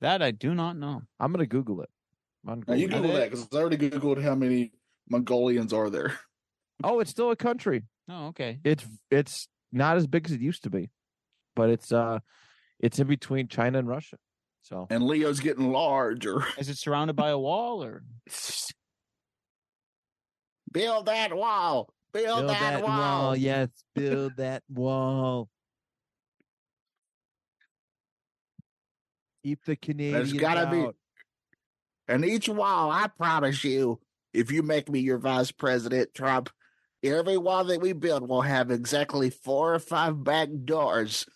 That I do not know.
I'm gonna Google it. I'm on
Now you
Google.
Google that because I already Googled how many Mongolians are there.
Oh, it's still a country.
Oh, okay.
It's it's not as big as it used to be, but it's uh, it's in between China and Russia. So
And Leo's getting larger.
Is it surrounded by a
[LAUGHS]
wall or?
Build that wall. Build, that, wall. [LAUGHS]
yes, build that wall. Keep the Canadians
gotta be- And each wall, I
[LAUGHS]
promise you, if you make me your vice president, Trump, every wall that we build will have exactly four or five back doors.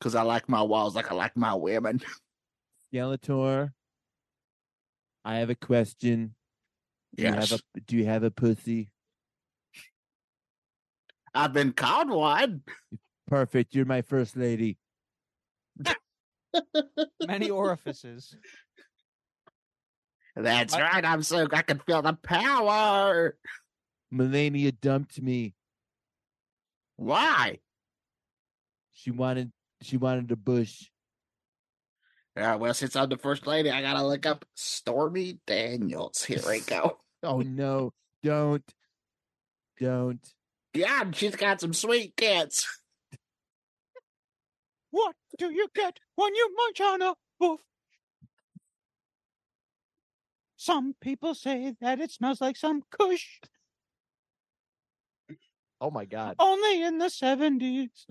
Cause I like my walls like I like my women. [LAUGHS]
Skeletor. I have a question. Do you have
Yes.
a- do you have a pussy?
I've been called one.
Perfect. You're my first lady.
many
[LAUGHS]
orifices.
That's
I-
right. I'm so I can feel the power.
Melania dumped me.
Why?
She wanted she wanted a bush.
Yeah, well, since I'm the first lady, I gotta look up Stormy Daniels. Here we go.
Oh no. Don't. Don't.
Yeah, she's got some sweet kids.
What do you get when you munch on a wolf? Some people say that it smells like some kush,
Oh my god.
only in
[LAUGHS]
the 70s.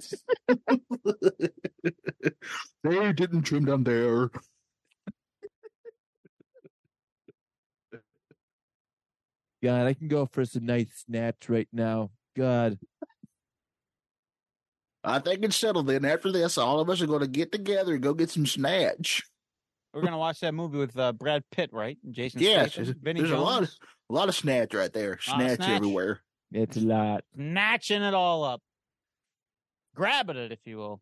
They didn't trim down there.
God, I can go for some nice snaps right now. God.
I think it's settled then. After this, all of us are gonna get together and go get some snatch.
We're going to watch that movie with uh, Brad Pitt, right? And Jason
Yeah,
Statham,
there's-
Vinny
there's a lot
Jones.
A lot of snatch right there. Snatch,
snatch.
everywhere.
It's a lot.
Snatching it all up. Grabbing it, if you will.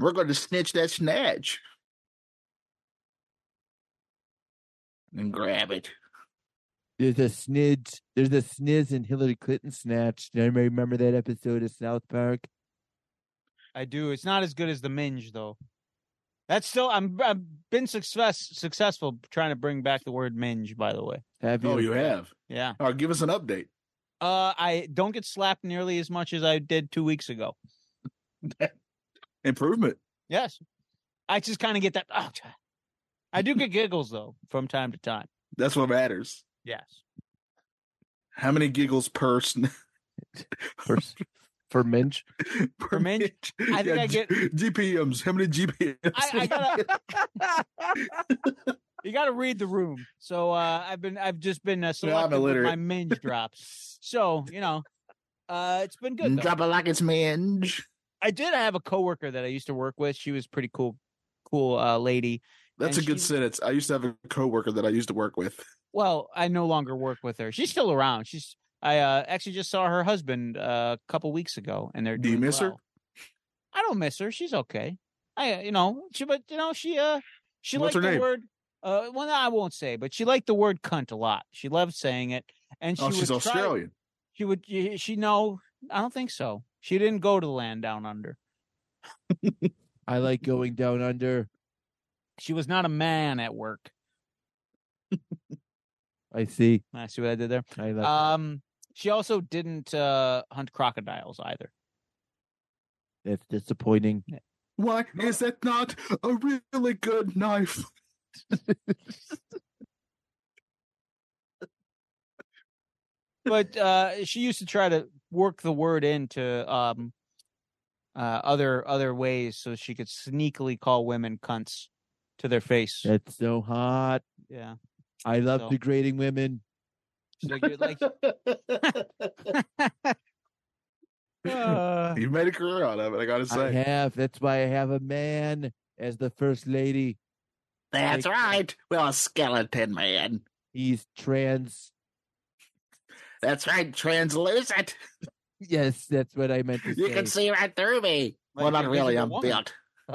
We're going to snitch that snatch and grab it.
There's a snidge. There's a sniz in Hillary Clinton snatch. Do I remember that episode of South Park?
I do. It's not as good as the Minge though. That's still I'm I've been success successful trying to bring back the word Minge. By the way,
Have you?
Oh, you have.
yeah.
All right, give us an update.
Uh, I don't get slapped nearly as much as I did two weeks ago.
Improvement.
Yes, I just kind of get that. Oh, God." I do get giggles though from time to time.
That's what matters.
Yes,
How many giggles
[LAUGHS]
per sn-
For, for
[LAUGHS]
Minch?
per
min-
minute?
I think I
G-
get-
GPMs. How many GPMs? [LAUGHS]
I, I gotta. [LAUGHS] you gotta read the room. So uh, I've been I've just been uh, selective with
illiterate.
my Minge
[LAUGHS]
drops. So you know, uh, it's been good.
And
though.
drop it like it's minge.
I did have a coworker that I used to work with. She was pretty cool, cool uh, lady.
That's a
and
good
she-
sentence. I used to have a coworker that I used to work with.
Well, I no longer work with her. She's still around. She's. I uh, actually just saw her husband uh, a couple weeks ago, and they're.
Do you
doing
miss her?
well. I don't miss her. She's okay. I, uh, you know, she, but you know, she, uh, she
What's
liked
her
the
name?
word. Uh, well, I won't say, but she liked the word cunt a lot. She loved saying it, and she
oh, she's
would try-
Australian.
She would. y- She no. I don't think so. She didn't go to the land down under.
I like going down under.
She was not a man at work.
I see.
I see what I did there.
I like.
Um, she also didn't uh, hunt crocodiles either.
That's disappointing.
Why is that not a really good knife?
But uh, she used to try to work the word into um, uh, other other ways so she could sneakily call women cunts to their face.
That's so hot.
[LAUGHS]
Yeah, [LAUGHS]
I love
So-
degrading women.
She's like, you're like
[LAUGHS]
uh,
You made a career out of it. I gotta
I
say.
have. That's why I have a man as the first lady.
That's right. Well, a skeleton man.
He's trans.
That's right. Translucent.
Yes, that's what I meant to say.
You can see right through me.
Like
well,
the
not really.
Invisible
I'm
Woman.
built.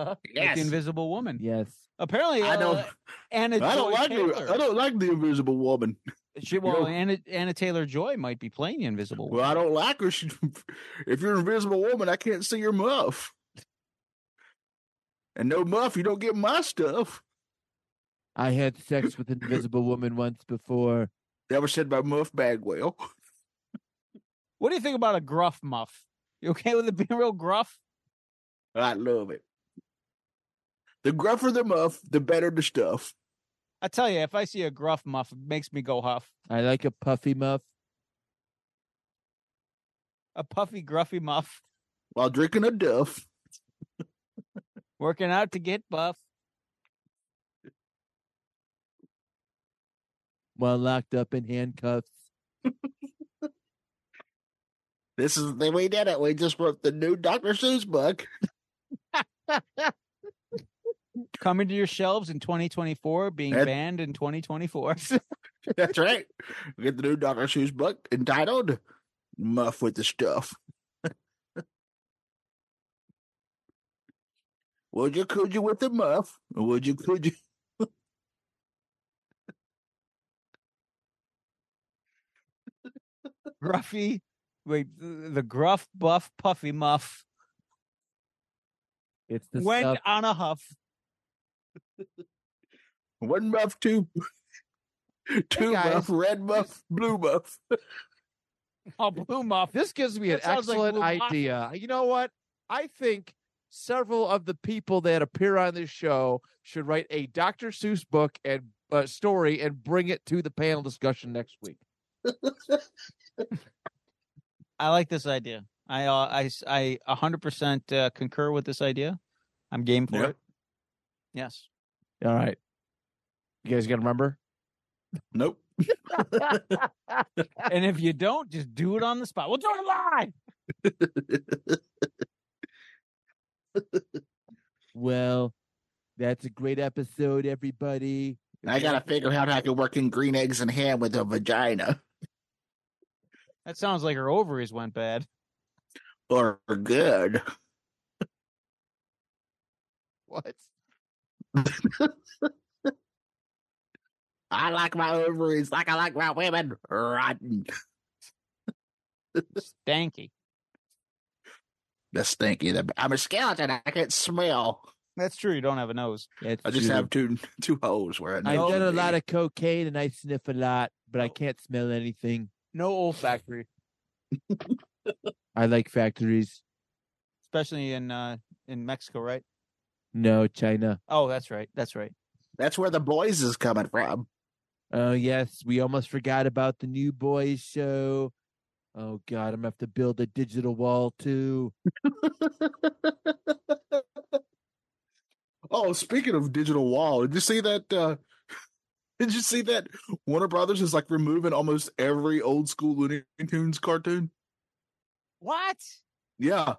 like
Yes.
the Invisible Woman.
Yes.
Apparently, uh,
I don't.
Anna
I don't
Joy
like
Taylor.
the I don't like the Invisible Woman.
She, well, Anna, Anna Taylor Joy might be playing the Invisible
Well,
Woman.
I don't like her. [LAUGHS] She, if you're an Invisible Woman, I can't see your muff. And no muff, you don't get my stuff.
I had sex with an invisible woman once before.
That was said by Muff Bagwell.
What do you think about a gruff muff? You okay with it being real gruff?
I love it. The gruffer the muff, the better the stuff.
I tell you, if I see a gruff muff, it makes me go huff.
I like a puffy muff.
A puffy, gruffy muff
While drinking a duff,
working out to get buff.
while locked up in handcuffs.
This is the way we did it. We just wrote the new Dr. Seuss book.
Coming to your shelves in 2024, being
Ed-
banned in [LAUGHS] 2024.
That's right.
we get the new Dr. Seuss book entitled Muff with the Stuff. Would you could you with the muff? Would you could you?
Gruffy, wait, th- the gruff, buff, puffy muff
It's the
went
stuff.
on a huff.
One muff, two, two muff,
guys.
red muff, blue
[LAUGHS]
muff.
A blue muff.
This gives me an
That sounds like
excellent
Blue Waffle.
idea. You know what? I think several of the people that appear on this show should write a Dr. Seuss book and uh, story and bring it to the panel discussion next week.
I like this idea. I uh, I s- I 100% uh, concur with this idea. I'm game for
Yeah.
it. Yes.
All right. You guys gonna remember?
Nope.
[LAUGHS] and if you don't, just do it on the spot. We'll do it live.
[LAUGHS]
Well, that's a great episode, everybody.
I got to figure out how I can work in green eggs and ham with a vagina [LAUGHS]
That sounds like her ovaries went bad.
or good.
What?
I like my ovaries like I like my women rotten.
Stanky.
That's stinky. The- I'm a skeleton. I can't smell.
That's true. You don't have a nose.
That's
I just
true.
have two two holes where I
I
know
did a
they-
lot of cocaine and I sniff a lot, but I can't smell anything.
No olfactory,
[LAUGHS] I like factories.
especially in uh in Mexico, right?
No, China.
Oh, that's right. That's right.
That's where the boys is coming from.
Oh yes, we almost forgot about the new boys show. Oh god, I'm gonna have to build a digital wall too.
Oh, speaking of digital wall, did you see that? uh [LAUGHS] Did you see that Warner Brothers is like removing almost every old school Looney Tunes cartoon?
What?
Yeah,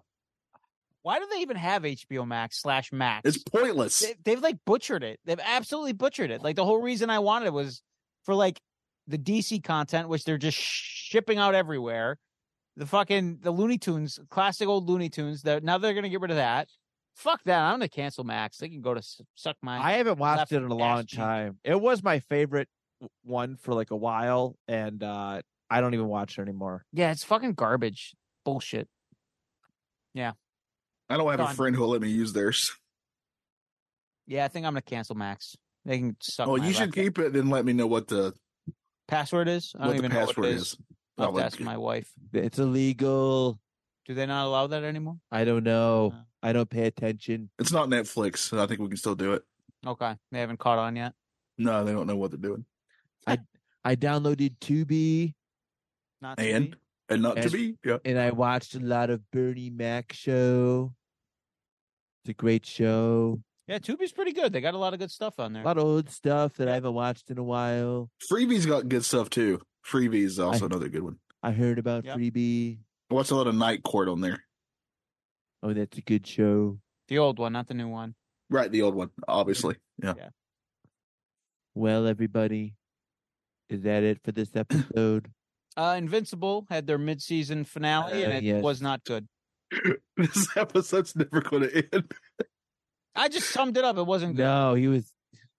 Why do they even have HBO Max slash Max?
it's pointless.
they, they've like butchered it. They've absolutely butchered it. Like the whole reason I wanted it was for like the DC content, which they're just shipping out everywhere. The fucking the Looney Tunes, classic old Looney Tunes. That now they're gonna get rid of that. Fuck that. I'm gonna cancel Max. They can go to s- suck my.
I haven't watched
left
it in a long
ass cheek.
time. It was my favorite w- one for like a while, and uh I don't even watch it anymore.
yeah, it's fucking garbage. Bullshit.
I don't have a
Gone.
friend who'll let me use theirs.
Yeah, I think I'm gonna cancel Max. They can suck.
Oh,
my
you should
left-
keep it, then let me know what the
password is. I don't
what the
even know
password
what it
is.
is. I'll have
Oh,
to ask
okay.
my wife.
It's illegal.
Do they not allow that anymore?
I don't know.
Uh.
I don't pay attention.
It's not Netflix. so I think we can still do it.
Okay, they haven't caught on yet.
No, they don't know what they're doing,
I downloaded Tubi
Not to be.
and and not
And-
to be. Yeah,
and I watched a lot of Bernie Mac show. It's a great show.
Yeah, Tubi's pretty good. They got a lot of good stuff on
A
there.
lot of old stuff that I haven't watched in a while.
Freebie's got good stuff too. Freebies is also
I-
another good one.
I heard about
Yep.
Freebie.
I watched a lot of Night Court on there.
Oh, that's a good show.
The old one, not the new one.
Right, the old one, obviously. Yeah.
Well, everybody, is that it for this episode?
Uh, Invincible had their mid-season finale, and
Uh,
it
yes.
was not good.
[LAUGHS]
this episode's never going to end.
I just summed it up. It wasn't good.
no, he was.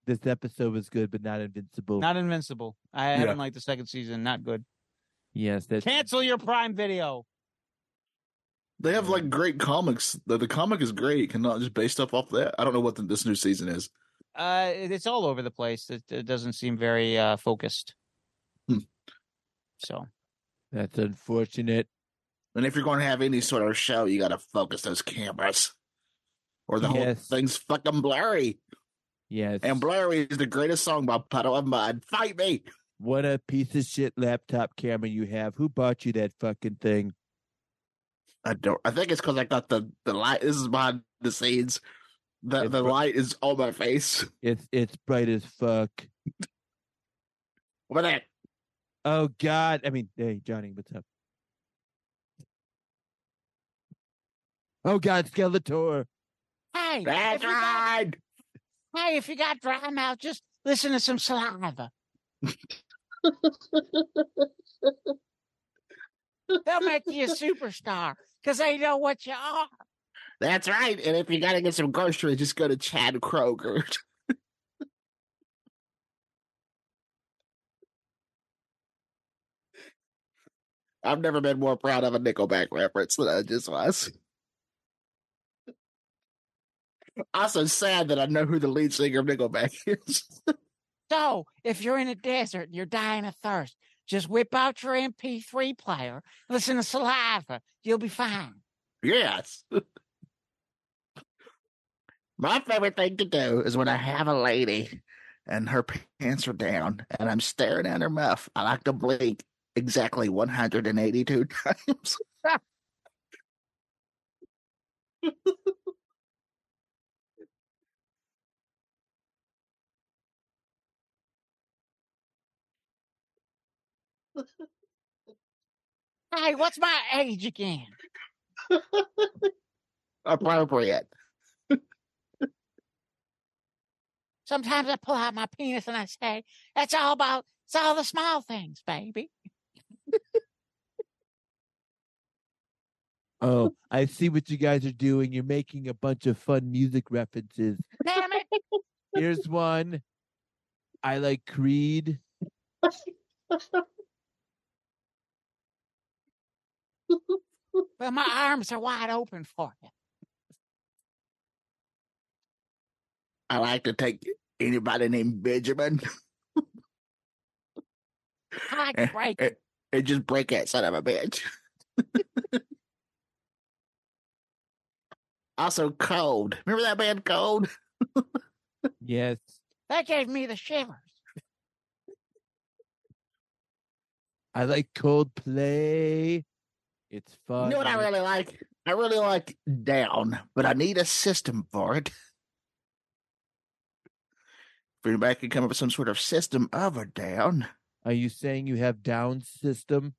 This episode was good, but not invincible.
Not Invincible. I
Yeah.
haven't liked the second season. Not good.
yes, that's
Cancel your Prime Video.
They have like great comics. The, the comic is great, and not just based up off that. I don't know what the, this new season is.
Uh, it- it's all over the place. It, it doesn't seem very uh, focused.
Hmm.
So
That's unfortunate.
And if you're going to have any sort of show, you got to focus those cameras, or the whole
Yes.
thing's fucking blurry.
Yes.
And blurry is the greatest song by Puddle of Mud. Fight me.
what a piece of shit laptop camera you have. Who bought you that fucking thing?
I don't. I think it's because I got the the light. This is behind the scenes. The
It's
the
br-
light is on my face.
It's it's bright as fuck.
What that?
Oh God! I mean, hey Johnny, what's up? Oh God, Skeletor!
Hey,
That's
if you got-
right.
hey, if you got dry mouth, just listen to some saliva. They'll make you a superstar because they know what you are.
That's right. And if you gotta get some groceries, just go to Chad Kroger. [LAUGHS] I've never been more proud of a Nickelback reference than I just was. Also sad that I know who the lead singer of Nickelback [LAUGHS] is.
So, if you're in a desert and you're dying of thirst, just whip out your MP3 player, listen to saliva. You'll be fine.
Yes. My favorite thing to do is when I have a lady and her pants are down and I'm staring at her muff. I like to blink exactly 182 [LAUGHS] times.
Hey, what's my age again?
Appropriate.
Sometimes I pull out my penis and I say, "It's all about, it's all the small things, baby."
Oh, I see what you guys are doing. You're making a bunch of fun music references.
Damn it!
Here's one. I like Creed.
Well, my arms are wide open for you.
I like to take anybody named Benjamin
I like to break.
and, and just break that son of a bitch. [LAUGHS] also, Cold. Remember that band, Cold? [LAUGHS]
Yes.
That gave me the shivers.
I like Coldplay. It's fun.
You know what I
and
really like? I really like down, but I need a system for it. If anybody can come up with some sort of system of a down,
Are you saying you have Down system?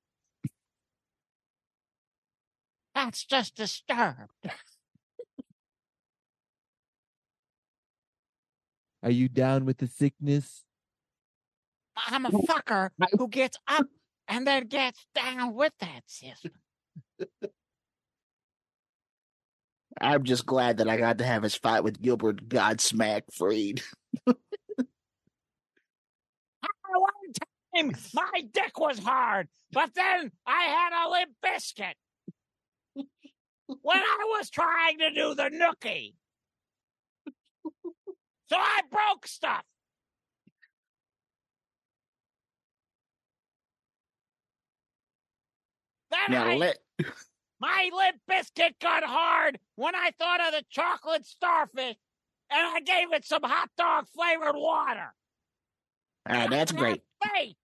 That's just disturbed.
Are you down with the sickness?
I'm a fucker who gets up and then gets down with that system.
I'm just glad that I got to have his fight with Gilbert Godsmack Freed.
For One time, my dick was hard, but then I had a limp biscuit when I was trying to do the nookie. So I broke stuff. Then
Now
I
let
My lip biscuit got hard when I thought of the chocolate starfish and I gave it some hot dog flavored water.
ah, that's
Have
great.
faith.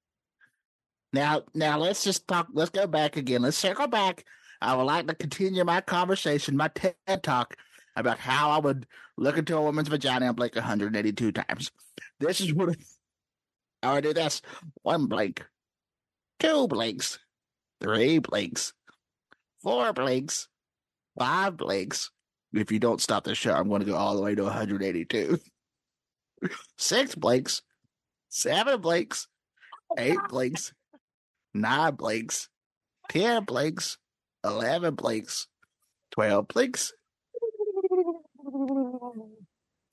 Now now let's just talk let's go back again. Let's circle back. I would like to continue my conversation, my TED talk about how I would look into a woman's vagina and blink 182 times. This is what I would do this. One blink, two blinks, three blinks, four blinks, five blinks. If you don't stop the show, I'm going to go all the way to 182. [LAUGHS] Six blinks, seven blinks, eight blinks, nine blinks, 10 blinks, 11 blinks, 12 blinks,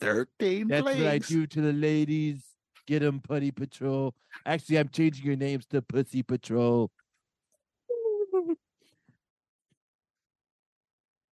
13
That's what I
blinks.
do to the ladies. Get 'em Putty Patrol. Actually, I'm changing your names to Pussy Patrol.